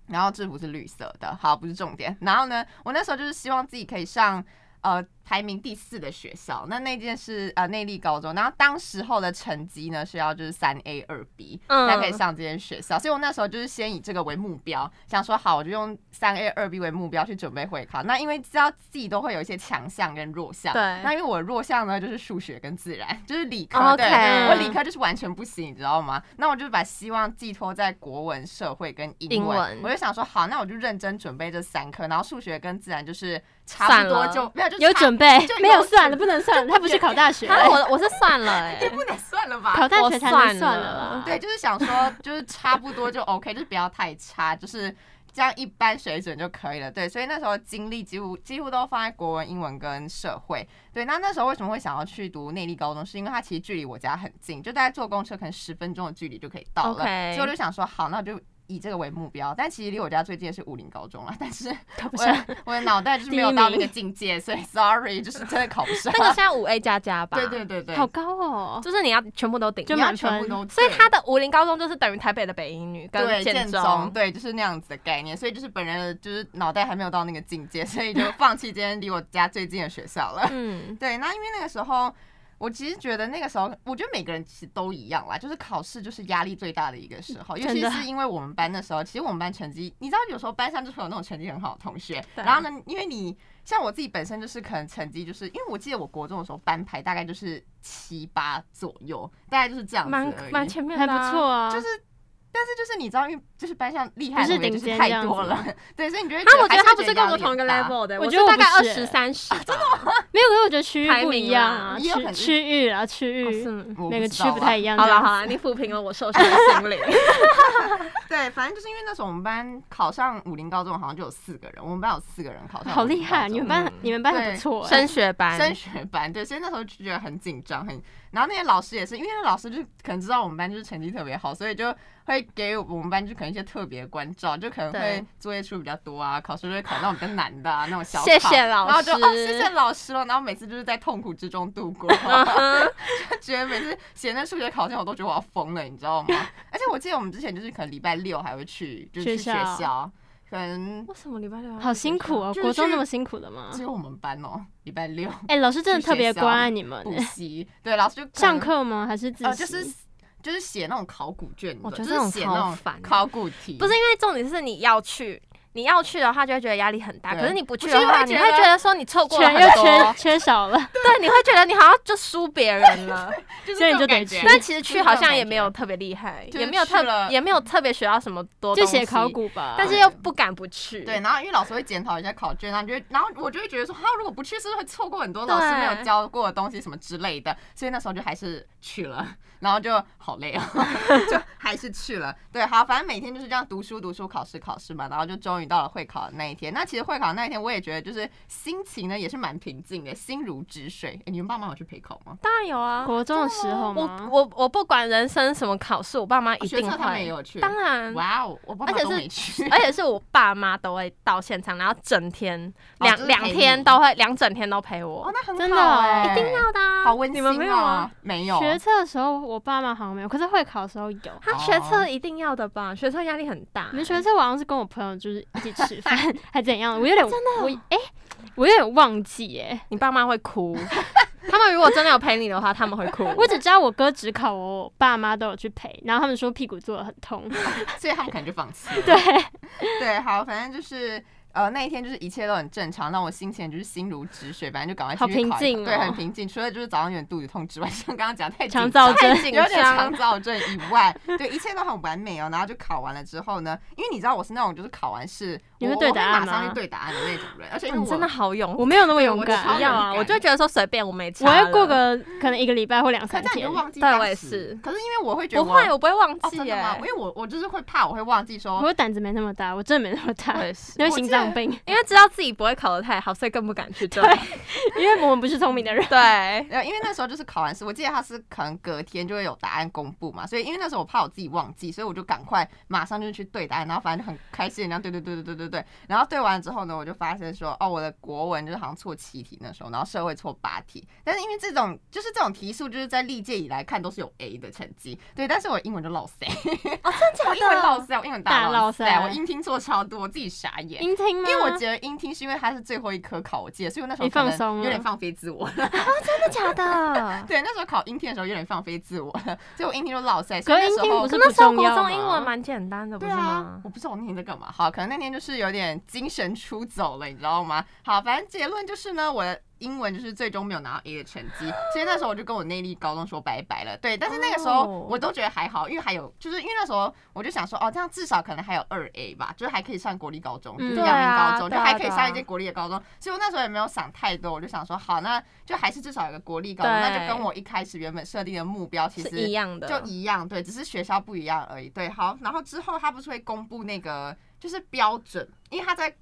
Speaker 2: 然后制服是绿色的，好，不是重点。然后呢，我那时候就是希望自己可以上呃排名第四的学校，那那件是呃内力高中。然后当时候的成绩呢是要就是三 A 二 B
Speaker 3: 嗯
Speaker 2: 才可以上这间学校，所以我那时候就是先以这个为目标，想说好，我就用三 A 二 B 为目标去准备会考。那因为知道自己都会有一些强项跟弱项，
Speaker 1: 对
Speaker 2: 那因为我的弱项呢就是数学跟自然， *laughs* 就是理科
Speaker 1: 哦 OK
Speaker 2: 对，我理科就是完全不行，你知道吗？那我就把希望寄托在国文、社会跟英
Speaker 1: 英
Speaker 2: 文。
Speaker 1: 文
Speaker 2: 我就想说，好，那我就认真准备这三科，然后数学跟自然就是差
Speaker 1: 算
Speaker 2: 不多
Speaker 1: 了
Speaker 2: 就没有就
Speaker 3: 有
Speaker 2: 差
Speaker 3: 准备
Speaker 2: 就，有
Speaker 3: 没有
Speaker 2: 准
Speaker 3: 算了，不能
Speaker 2: *laughs*
Speaker 3: 算了，他不是考大学，欸
Speaker 1: 啊，我我是算了哎、
Speaker 2: 不能算了吧？
Speaker 3: 考大
Speaker 1: 我
Speaker 3: 学才能
Speaker 1: 算
Speaker 3: 算
Speaker 1: 了
Speaker 3: 了啦。
Speaker 2: 对，就是想说，就是差不多就 OK，就是不要太差，就是这样一般水准就可以了。对，所以那时候精力几乎几乎都放在国文、英文跟社会。对，那那时候为什么会想要去读内力高中？是因为它其实距离我家很近，就大概坐公车可能十分钟的距离就可以到了。
Speaker 1: OK
Speaker 2: 所以我就想说，好，那我就。以这个为目标，但其实离我家最近的是武林高中了，但是
Speaker 3: 考不 *laughs*
Speaker 2: 我
Speaker 3: 上，
Speaker 2: 的我的脑袋就是
Speaker 3: 第
Speaker 2: 没有
Speaker 3: 一
Speaker 2: 到那
Speaker 3: 名
Speaker 2: 个境界，所以 sorry，就是真的考不
Speaker 1: *laughs*
Speaker 2: 上
Speaker 1: 那。个现在五 A 加加吧，
Speaker 2: 对对对对，
Speaker 3: 好高哦，
Speaker 1: *laughs* 就是你要全部都顶
Speaker 3: 就
Speaker 2: 你要
Speaker 3: 满
Speaker 2: 全部
Speaker 3: 分
Speaker 2: 都
Speaker 1: 所以
Speaker 2: 对
Speaker 1: 他的武林高中就是等于台北的北英女
Speaker 2: 对
Speaker 1: 跟
Speaker 2: 建
Speaker 1: 中，
Speaker 2: 对，就是那样子的概念。所以就是本人的就是脑袋还没有到那个境界， *laughs* 所以就放弃今天离我家最近的学校了。 *laughs*
Speaker 1: 嗯，
Speaker 2: 对，那因为那个时候。我其实觉得那个时候，我觉得每个人其实都一样啦，就是考试就是压力最大的一个时候，尤
Speaker 3: 真
Speaker 2: 其
Speaker 3: 的
Speaker 2: 是因为我们班那时候，其实我们班成绩，你知道有时候班上就是会有那种成绩很好的同学，
Speaker 1: 对
Speaker 2: 然后呢，因为你像我自己本身就是可能成绩就是，因为我记得我国中的时候班排大概就是七八左右，大概就是这样子
Speaker 1: 蛮
Speaker 2: 而已
Speaker 1: 蛮前面的
Speaker 3: 还
Speaker 1: 啊、
Speaker 3: 不错啊，
Speaker 2: 就是，但是就是你知道，因为就是班上厉害
Speaker 3: 不
Speaker 2: 的
Speaker 3: 是
Speaker 2: 同学就
Speaker 3: 顶
Speaker 2: 是
Speaker 3: 尖
Speaker 2: 太
Speaker 3: 这样
Speaker 2: 多
Speaker 3: 子
Speaker 2: 了， *laughs* 对，所以你就会
Speaker 1: 他我觉
Speaker 2: 还
Speaker 1: 得
Speaker 2: 是会
Speaker 1: 他不是
Speaker 2: 觉
Speaker 1: 跟
Speaker 2: 压
Speaker 1: 我
Speaker 2: 力
Speaker 1: 同一个
Speaker 2: 很大
Speaker 1: level 的，
Speaker 3: 我
Speaker 1: 我
Speaker 3: 觉得我
Speaker 1: 是大概
Speaker 3: 不
Speaker 1: 二
Speaker 3: 是
Speaker 1: 十三
Speaker 2: *laughs*
Speaker 1: 十
Speaker 2: 啊
Speaker 1: 吧，
Speaker 3: 没有，可是我觉得区域
Speaker 1: 排
Speaker 3: 不
Speaker 1: 名
Speaker 3: 一样
Speaker 1: 啦
Speaker 3: 啊，
Speaker 2: 也有可
Speaker 3: 区
Speaker 2: 能
Speaker 3: 区域啊，区
Speaker 1: 哦
Speaker 3: 域
Speaker 1: 是吗
Speaker 2: 我
Speaker 3: 每
Speaker 2: 不
Speaker 3: 个
Speaker 2: 知
Speaker 3: 区
Speaker 2: 道
Speaker 3: 不
Speaker 2: 啊
Speaker 3: 太一样。
Speaker 1: 好
Speaker 3: 这样
Speaker 1: 了
Speaker 3: 子
Speaker 1: 好了，你抚平了我受伤的 *laughs* 心灵。
Speaker 2: *laughs* 对，反正就是因为那时候我们班考上武林高中好像就有四个人，我们班有四个人考上，
Speaker 3: 好厉害啊，你们班你们班很
Speaker 2: 对
Speaker 3: 不错欸，
Speaker 1: 升学班，
Speaker 2: 升学班，对，所以那时候就觉得很紧张，很。然后那些老师也是，因为那老师就是可能知道我们班就是成绩特别好，所以就会给我们班就可能一些特别关照，就可能会
Speaker 1: 对
Speaker 2: 作业出比较多啊，考试就会考那种比较难的啊，那种小考。
Speaker 1: 谢谢老
Speaker 2: 然后就哦，
Speaker 1: 师
Speaker 2: 谢谢老师了。然后每次就是在痛苦之中
Speaker 1: *laughs*
Speaker 2: 度过，就觉得每次写那数学考卷我都觉得我要疯了，你知道吗？ *laughs* 而且我记得我们之前就是可能礼拜六还会去，就是去
Speaker 3: 学
Speaker 2: 学
Speaker 3: 校
Speaker 2: 校，可能
Speaker 1: 为什么礼拜六要
Speaker 3: 好辛苦哦，
Speaker 2: 就是
Speaker 3: 国中
Speaker 2: 去
Speaker 3: 那么辛苦的吗
Speaker 2: 只？有我们班哦，礼拜六。
Speaker 3: 哎，老师真的
Speaker 2: 去
Speaker 3: 特
Speaker 2: 学
Speaker 3: 别
Speaker 2: 校嗯
Speaker 3: 关爱你们
Speaker 2: 补
Speaker 3: 欸，
Speaker 2: 习，对，老师就可能
Speaker 3: 上课吗？还是自
Speaker 2: 呃，
Speaker 1: 哦
Speaker 2: 就
Speaker 3: 习？
Speaker 2: 是就是写那种考古卷，你
Speaker 1: 我
Speaker 2: 知
Speaker 1: 哦觉得
Speaker 2: 道就
Speaker 1: 那
Speaker 2: 是
Speaker 1: 种
Speaker 2: 写
Speaker 1: 超
Speaker 2: 那种
Speaker 1: 烦哦
Speaker 2: 考古题，
Speaker 1: 不是因为重点是你要去，你要去的话就会觉得压力很大，
Speaker 2: 对
Speaker 1: 可是你不去
Speaker 2: 不是
Speaker 1: 的话，
Speaker 2: 因为
Speaker 1: 你
Speaker 2: 觉
Speaker 1: 会
Speaker 2: 得
Speaker 1: 觉得说你错过了
Speaker 3: 缺
Speaker 1: 很
Speaker 3: 又缺
Speaker 1: 多，
Speaker 3: 缺少了，
Speaker 1: *laughs* 对，你会觉得你好像就输别人了。
Speaker 2: 就是
Speaker 3: 所以
Speaker 2: 这
Speaker 3: 你
Speaker 2: 种
Speaker 3: 就得
Speaker 2: 感觉
Speaker 3: 去
Speaker 1: 但其实
Speaker 2: 就是
Speaker 1: 去
Speaker 2: 这
Speaker 1: 好
Speaker 2: 种
Speaker 1: 像
Speaker 2: 感
Speaker 1: 也没有
Speaker 2: 觉
Speaker 1: 特别厉害，
Speaker 2: 就是
Speaker 1: 也没有
Speaker 2: 去
Speaker 1: 特
Speaker 2: 了
Speaker 1: 也没有特别学到什么多，
Speaker 3: 就写考，古吧。
Speaker 1: 但是又不敢不去。
Speaker 2: 对，然后因为老师会检讨一下考卷，然后啊你就会然后我就会觉得说，他如果不去，是不是会错过很多老师没有
Speaker 1: 对
Speaker 2: 教过的东西什么之类的？所以那时候就还是去了，然后就好累
Speaker 1: *laughs*
Speaker 2: 啊，就还是去了。对，好，反正每天就是这样读书、读书、考试、考试嘛，然后就终于到了会考的那一天。那其实会考那一天，我也觉得就是心情呢也是蛮平静的，心如止水。诶你们爸妈有去陪考吗？
Speaker 1: 当然有啊，
Speaker 3: 国中的时候
Speaker 1: 我
Speaker 3: 吗？
Speaker 1: 我我不管人生什么考试，我爸妈一
Speaker 2: 哦学
Speaker 1: 定
Speaker 2: 测他们也
Speaker 1: 会，
Speaker 2: 有去。
Speaker 1: 当然。
Speaker 2: 哇哦，我爸妈
Speaker 1: 而且
Speaker 2: 都
Speaker 1: 是
Speaker 2: 没
Speaker 1: *laughs*
Speaker 2: 去，
Speaker 1: 而且是我爸妈都会到现场，然后整天
Speaker 2: 哦
Speaker 1: 两
Speaker 2: 就是
Speaker 1: 两
Speaker 2: 陪
Speaker 1: 天
Speaker 2: 你
Speaker 1: 都会两整天都陪
Speaker 2: 哦
Speaker 1: 我，，
Speaker 2: 那很
Speaker 3: 真的
Speaker 2: 好
Speaker 3: 哦
Speaker 2: 哎、
Speaker 1: 一定要的啊。
Speaker 2: 好温馨、哦。
Speaker 3: 你们没有吗？
Speaker 2: 没有。
Speaker 3: 学测的时候，我爸妈好像没有，可是会考的时候有。
Speaker 2: 哦
Speaker 1: 他学测一定要的吧？学测压力很大欸。
Speaker 3: 你们学测我好像是跟我朋友就是一起吃饭，还怎样？我有点真的，我哎、我有点忘记哎、
Speaker 1: 你爸妈会哭。 *laughs* 他们如果真的有陪你的话，他们会 *laughs* 哭。
Speaker 3: 我只知道我哥只考我，我爸妈都有去陪，然后他们说屁股坐得很痛。
Speaker 2: 所以他们可能就放弃了。
Speaker 3: 对，
Speaker 2: 对，好，反正就是。呃，那一天就是一切都很正常，那我心情就是心如止水，反正就赶快
Speaker 3: 好
Speaker 2: 继续
Speaker 3: 平
Speaker 2: 考一
Speaker 3: 静
Speaker 2: 考对，
Speaker 3: 哦
Speaker 2: 很平静。除了就是早上有点肚子痛之外， *laughs* 像刚刚讲太
Speaker 3: 肠
Speaker 2: 紧
Speaker 3: 燥
Speaker 2: 张
Speaker 3: 症
Speaker 1: 紧
Speaker 2: *laughs* 有点肠
Speaker 1: 张，
Speaker 2: 燥症以外，对，一切都很完美哦。然后就考完了之后呢，因为你知道我是那种就是考完试，
Speaker 3: 你会
Speaker 2: 我
Speaker 3: 对
Speaker 2: 我会
Speaker 3: 答案
Speaker 2: 马上
Speaker 3: 吗嗯
Speaker 2: 去对答案的那种人，而且因为
Speaker 1: 你
Speaker 2: 我
Speaker 1: 嗯真的好勇，
Speaker 3: 我没有那么勇
Speaker 2: 我
Speaker 3: 敢，
Speaker 2: 超
Speaker 1: 不要啊！
Speaker 2: 勇敢
Speaker 1: 我就觉得说随便，我没差
Speaker 3: 我
Speaker 1: 了。
Speaker 3: 要过个可能一个礼拜或两
Speaker 2: 可
Speaker 3: 三
Speaker 2: 是你
Speaker 3: 天
Speaker 2: 就。忘记
Speaker 1: 对
Speaker 2: 当时，
Speaker 1: 我也是
Speaker 2: 可是因为我会觉得
Speaker 1: 不会，
Speaker 2: 我
Speaker 1: 我不会忘
Speaker 2: 哦
Speaker 1: 记
Speaker 2: 真的
Speaker 1: 耶
Speaker 2: 吗？因。为我我就是会怕我会忘记
Speaker 1: *laughs*
Speaker 2: 说，
Speaker 3: 我胆子没那么大，我真的没那么大。
Speaker 1: 我也是
Speaker 3: 因为
Speaker 2: 我
Speaker 3: 心
Speaker 2: 记得
Speaker 3: 脏种病，
Speaker 1: 因为知道自己不会考得太好，所以更不敢去 *laughs* 做。
Speaker 3: *laughs* 因为我们不是聪明的人。
Speaker 1: 对，
Speaker 2: 没有，因为那时候就是考完试，我记得他是可能隔天就会有答案公布嘛，所以因为那时候我怕我自己忘记，所以我就赶快马上就去对答案，然后反正就很开心，然后对对对对对对对，然后对完之后呢，我就发现说，哦，我的国文就是好像错七题那时候，然后社会错八题，但是因为这种就是这种题数就是在历届以来看都是有 A 的成绩，对，但是我英文就落塞，
Speaker 1: 哦，真
Speaker 2: *laughs* 我英文落塞，我英文大
Speaker 3: 大
Speaker 2: 落
Speaker 3: 落塞
Speaker 2: 我音听错超多，我自己傻眼。
Speaker 3: 音听
Speaker 2: 因
Speaker 3: 吗？
Speaker 2: 为我觉得音听是因为它是最后一科考，我记得，所以我那时候
Speaker 3: 你放
Speaker 2: 可能
Speaker 3: 松了
Speaker 2: 有点放飞自我 *laughs* 了。
Speaker 1: 真的假的？
Speaker 2: 对，那时候考英听的时候有点放飞自我 *laughs* 了，所以我英听就落塞。所
Speaker 3: 可
Speaker 2: 以
Speaker 3: 是
Speaker 2: 那时
Speaker 3: 音听
Speaker 2: 候
Speaker 3: 不是
Speaker 1: 那时候
Speaker 3: 重
Speaker 1: 国
Speaker 3: 要
Speaker 1: 中英文
Speaker 3: 吗？
Speaker 1: 蛮简单的，不
Speaker 2: 对
Speaker 1: 是
Speaker 2: 啊
Speaker 1: 吗，？
Speaker 2: 我不知道我那天在干嘛。好，可能那天就是有点精神出走了，你知道吗？好，反正结论就是呢，我的英文就是最终没有拿到 A 的成绩，所以那时候我就跟我内力高中说拜拜了。对，但是那个时候
Speaker 1: 哦
Speaker 2: 我都觉得还好，因为还有就是因为那时候我就想说，哦，这样至少可能还有二 A 吧，就是还可以上国立高中，就
Speaker 3: 嗯
Speaker 2: 是
Speaker 3: 对
Speaker 2: 阳明
Speaker 1: 啊
Speaker 2: 高中，就
Speaker 1: 对啊
Speaker 2: 还可以
Speaker 1: 对啊
Speaker 2: 上一间国立的高中。所以我那时候也没有想太多，我就想说，好，那就还是至少有个国立高中，
Speaker 1: 对
Speaker 2: 那就跟我一开始原本设定的目标其
Speaker 1: 是
Speaker 2: 实
Speaker 1: 一样的，
Speaker 2: 就一样，对，只是学校不一样而已。对，好，然后之后他不是会公布那个就是标准，因为他在。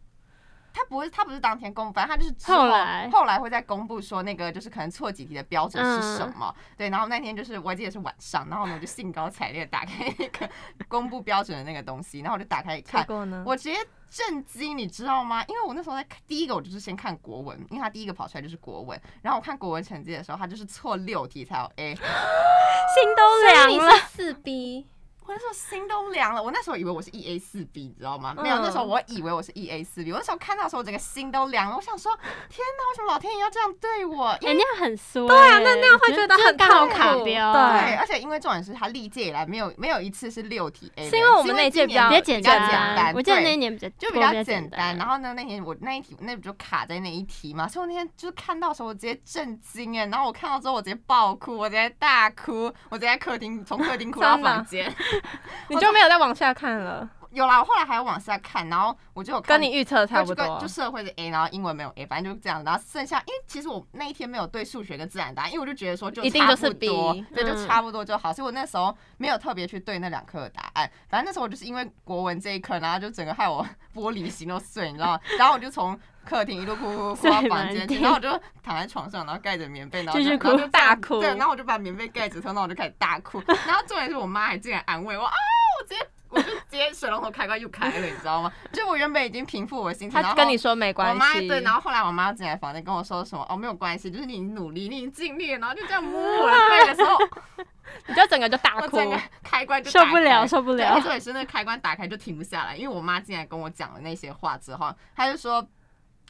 Speaker 2: 他不是，他不是当天公布，反正他就是之
Speaker 3: 后来
Speaker 2: 后来会再公布说那个就是可能错几题的标准是什么。
Speaker 1: 嗯
Speaker 2: 对，然后那天就是我还记得是晚上，然后呢我就兴高采烈地打开那个公布标准的那个东西，然后我就打开一
Speaker 1: 结
Speaker 2: 看，
Speaker 1: 果呢？
Speaker 2: 我直接震惊，你知道吗？因为我那时候在看第一个，我就是先看国文，因为他第一个跑出来就是国文，然后我看国文成绩的时候，他就是错六题才有 A，
Speaker 3: 心都
Speaker 1: 所以
Speaker 3: 凉
Speaker 1: 你
Speaker 3: 了。
Speaker 1: 是四 B，
Speaker 2: 我那时候心都凉了，我那时候以为我是 E A 四 B，你知道吗？
Speaker 1: 嗯
Speaker 2: 没有，那时候我以为我是 E A 四 B，我那时候看到的时候，我整个心都凉了。我想说，天哪，为什么老天爷要这样对我？因
Speaker 3: 哎、
Speaker 2: 为、
Speaker 3: 那样很衰、对啊，那那样
Speaker 1: 会觉得很
Speaker 3: 刚好
Speaker 1: 痛苦
Speaker 3: 卡标，
Speaker 1: 对
Speaker 2: 对，而且因为重点是他历届以来没有没有一次是六题 A，的
Speaker 1: 是因为我们那一届
Speaker 2: 是因为今
Speaker 1: 比较
Speaker 2: 年
Speaker 3: 比较
Speaker 2: 简
Speaker 3: 简
Speaker 1: 单
Speaker 2: 单，
Speaker 3: 我记得
Speaker 2: 对
Speaker 3: 那一年比较
Speaker 2: 就比
Speaker 3: 国
Speaker 2: 较简
Speaker 3: 简
Speaker 2: 单。然后呢，那天我那一题那不就卡在那一题嘛，所以我那天就是看到的时候，我直接震惊哎，然后我看到之后，我直接爆哭，我直接大哭，我直接在客厅从客厅哭到
Speaker 1: *laughs* 真的
Speaker 2: 房间。
Speaker 1: 你就没有再往下看了，
Speaker 2: 有啦，我后来还有往下看，然后我就有看
Speaker 1: 跟你预测差不
Speaker 2: 就
Speaker 1: 多
Speaker 2: 跟就。社会的 A，然后英文没有 A，反正就是这样。然后剩下，因为其实我那一天没有对数学跟自然答案，因为我就觉得说就
Speaker 1: 一定就是
Speaker 2: 差不多
Speaker 1: B，
Speaker 2: 对，就
Speaker 3: 嗯
Speaker 2: 差不多就好。所以我那时候没有特别去对那两科的答案。反正那时候我就是因为国文这一科，然后就整个害我 *laughs* 玻璃心都碎，你知道吗？然后我就从客厅一路哭哭哭哭到
Speaker 3: 碎
Speaker 2: 房
Speaker 1: *laughs*
Speaker 3: 满
Speaker 2: 间去，
Speaker 3: 地
Speaker 2: 然后我就躺在床上，然后盖着棉被，然后
Speaker 3: 继
Speaker 2: 就
Speaker 3: 续
Speaker 2: 然后
Speaker 3: 哭
Speaker 2: 就这样
Speaker 3: 大哭
Speaker 2: 对，然后我就把棉被盖着头，然后我就开始大哭。然后重点是我妈还竟然安慰我啊，我直接。我就直接水龙头开关又开了，你知道吗？就我原本已经平复我的心情，然
Speaker 1: 他
Speaker 2: 后
Speaker 1: 跟你说没
Speaker 2: 我
Speaker 1: 关
Speaker 2: 妈
Speaker 1: 系，
Speaker 2: 对，然后后来我妈进来房间跟我说什么哦，没有关系，就是你努力，你已经尽力了，然后就这样摸我的背的
Speaker 1: *laughs*
Speaker 2: 时候，
Speaker 1: 你就整个就大
Speaker 2: 我
Speaker 1: 啊哭，
Speaker 2: 整个 *laughs* 开关就
Speaker 3: 受
Speaker 2: 打
Speaker 3: 不了，
Speaker 2: 开
Speaker 3: 受不
Speaker 2: 对
Speaker 3: 了。
Speaker 2: 重点是那个开关打开就停不下来，因为我妈进来跟我讲了那些话之后，她就说，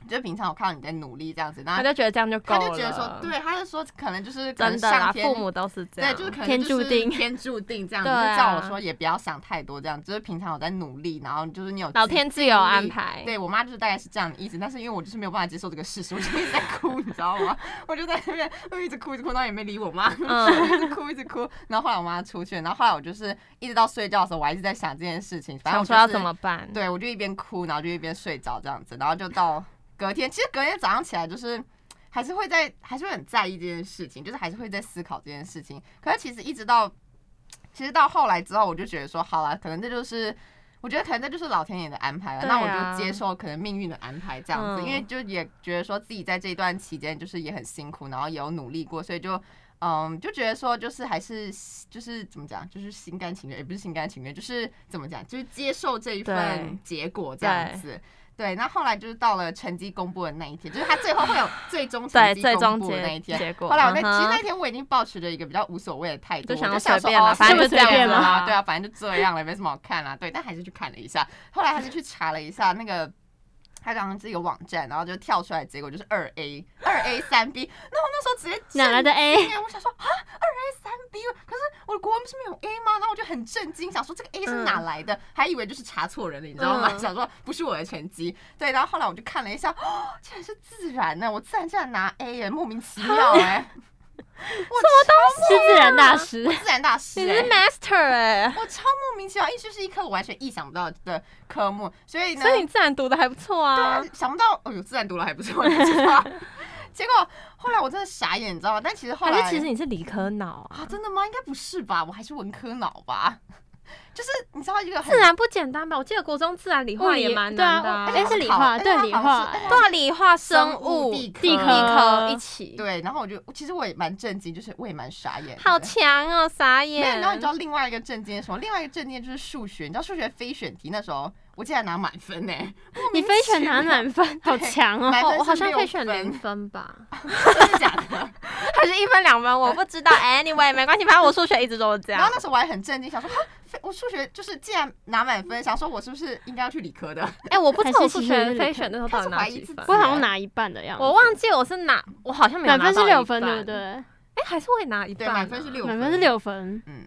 Speaker 2: 就平常我看到你在努力这样子，然
Speaker 1: 他
Speaker 2: 后
Speaker 1: 就觉得这样就够了。
Speaker 2: 她就觉得说，，对，她就说可能就是可能
Speaker 1: 真的啦，
Speaker 2: 上天
Speaker 1: 父母都是这样，
Speaker 2: 对，就是可能
Speaker 3: 天
Speaker 2: 就是
Speaker 3: 注定
Speaker 2: 天注定这
Speaker 1: *laughs*
Speaker 2: 样，就
Speaker 1: 对
Speaker 2: 是叫我
Speaker 1: 啊
Speaker 2: 说也不要想太多这样，就是平常我在努力，然后就是你有
Speaker 1: 老
Speaker 2: 自
Speaker 1: 天自有
Speaker 2: 力
Speaker 1: 安排。
Speaker 2: 对我妈就是大概是这样的意思，但是因为我就是没有办法接受这个事实，我就一直在哭， *laughs* 你知道吗？我就在那边我一直哭，一直哭，然后也没理我妈，
Speaker 1: 嗯
Speaker 2: 一直哭，一直哭。然后后来我妈出去，然后后来我就是一直到睡觉的时候，我还是在想这件事情，反正我
Speaker 1: 想说要
Speaker 2: 就是
Speaker 1: 怎么办？
Speaker 2: 对我就一边哭，然后就一边睡着这样子，然后就到隔天，其实隔天早上起来就是。还是会在，还是会很在意这件事情，就是还是会在思考这件事情。可是其实一直到，其实到后来之后，我就觉得说，好啦，可能这就是，我觉得可能这就是老天爷的安排了。
Speaker 1: 对
Speaker 2: 那
Speaker 1: 啊
Speaker 2: 我就接受可能命运的安排这样子，
Speaker 1: 嗯
Speaker 2: 因为就也觉得说自己在这一段期间就是也很辛苦，然后也有努力过，所以就嗯，就觉得说就是还是就是怎么讲，就是心甘情愿，也不是心甘情愿，就是怎么讲，就是接受这一份
Speaker 1: 对
Speaker 2: 结果这样子。对，那后来就是到了成绩公布的那一天，就是他最后会有最终成
Speaker 1: 对，
Speaker 2: 绩
Speaker 1: 最
Speaker 2: 公
Speaker 1: 终
Speaker 2: 布的那
Speaker 1: 结
Speaker 2: 一天。
Speaker 1: 结果。
Speaker 2: 后来我那、
Speaker 1: 嗯
Speaker 2: 其实
Speaker 1: 哼
Speaker 2: 那天我已经抱持着一个比较无所谓的态度，
Speaker 1: 就想
Speaker 2: 我
Speaker 1: 要
Speaker 2: 就
Speaker 1: 随
Speaker 2: 想说
Speaker 1: 便啦
Speaker 2: 哦，
Speaker 1: 反
Speaker 3: 正
Speaker 2: 是
Speaker 3: 就
Speaker 2: 这
Speaker 3: 随
Speaker 2: 样
Speaker 3: 便
Speaker 2: 子
Speaker 3: 啦
Speaker 2: 啦，对啊，反正就这样了，没什么好看啦。对，但还是去看了一下。后来还是去查了一下那个。他刚刚是一个网站，然后就跳出来，结果就是二 A、二 A 三 B。那我那时候直接
Speaker 3: 哪来的 A？
Speaker 2: 对啊，我想说啊，二 A 三 B，可是我的国文不是没有 A 吗？然后我就很震惊，想说这个 A 是哪来的，还以为就是查错人了，你知道吗？
Speaker 1: 嗯
Speaker 2: 想说不是我的成绩，对。然后后来我就看了一下，哦，竟然是自然呢，我自然竟然拿 A 耶，莫名其妙
Speaker 1: 啊
Speaker 2: 哎，
Speaker 1: *laughs*
Speaker 2: 我
Speaker 3: 是自然大师，
Speaker 2: 超自然大师
Speaker 1: 你
Speaker 2: 哎
Speaker 1: 是。master 哎、
Speaker 2: 我超莫名其妙，因为就是一科我完全意想不到的科目，所以呢，
Speaker 1: 所以你自然读的还不错啊
Speaker 2: 但。是想不到，哦呦，自然读了还不错，你
Speaker 1: *laughs*
Speaker 2: 知道吗结果后来我真的傻眼，你知道吗？但其实后
Speaker 1: 还
Speaker 2: 来
Speaker 1: 是其实你是理科脑啊？
Speaker 2: 啊，真的吗？应该不是吧？我还是文科脑吧。就是你知道一个很
Speaker 1: 自然不简单吧？我记得国中自然理
Speaker 3: 物
Speaker 1: 化
Speaker 3: 理
Speaker 1: 也蛮难的、
Speaker 2: 而
Speaker 1: 啊
Speaker 2: 且
Speaker 3: 对哎
Speaker 2: 它
Speaker 3: 是理
Speaker 2: 考
Speaker 3: 化
Speaker 2: 而且
Speaker 3: 对
Speaker 2: 它
Speaker 3: 理
Speaker 2: 好像是
Speaker 3: 化
Speaker 2: 哎
Speaker 1: 对啊，理化、生
Speaker 2: 生物
Speaker 1: 物、
Speaker 2: 地
Speaker 1: 科、地
Speaker 3: 地科
Speaker 1: 科一起，
Speaker 2: 对，然后我就其实我也蛮震惊，就是我也蛮傻眼的。
Speaker 1: 好强哦，傻
Speaker 2: 没有，
Speaker 1: 眼
Speaker 2: 然。后你知道另外一个震惊是什么？另外一个震惊就是数学，你知道数学非选题那时候我竟然拿满分呢、莫
Speaker 3: 你
Speaker 2: 名
Speaker 3: 非选
Speaker 2: 其
Speaker 3: 拿
Speaker 2: 妙
Speaker 3: 满分，好
Speaker 2: 对
Speaker 3: 强哦！
Speaker 2: 满
Speaker 1: 哦
Speaker 2: 分，
Speaker 1: 我好
Speaker 2: 是
Speaker 1: 像
Speaker 2: 六
Speaker 1: 可以选
Speaker 2: 分
Speaker 1: 零分吧，
Speaker 2: 真的假
Speaker 3: *laughs*
Speaker 2: 的？
Speaker 1: 还是一分两分，我不知 *laughs* 道。Anyway，没关系，反正我数学一直都是这
Speaker 3: 啊
Speaker 2: 然后
Speaker 1: 样。
Speaker 2: 那时候我还很震惊，想说哈，非我数学就是既然拿满分，想说我是不是应该要去理科的？
Speaker 1: 哎、我不知道我数
Speaker 3: 还是
Speaker 1: 学
Speaker 3: 其实
Speaker 1: 非选那时候到底
Speaker 2: 开始
Speaker 1: 拿
Speaker 2: 怀疑
Speaker 1: 几
Speaker 2: 自己
Speaker 1: 分，
Speaker 3: 我好像拿一半的样子，
Speaker 1: 我忘记我是拿，我好像没有
Speaker 3: 满
Speaker 1: 拿到
Speaker 3: 分是六分，
Speaker 1: 一半
Speaker 3: 对不？对？
Speaker 1: 哎、还是会拿一
Speaker 2: 对，
Speaker 1: 半、
Speaker 2: 满分是，六，
Speaker 3: 啊满分是，六分
Speaker 2: 嗯，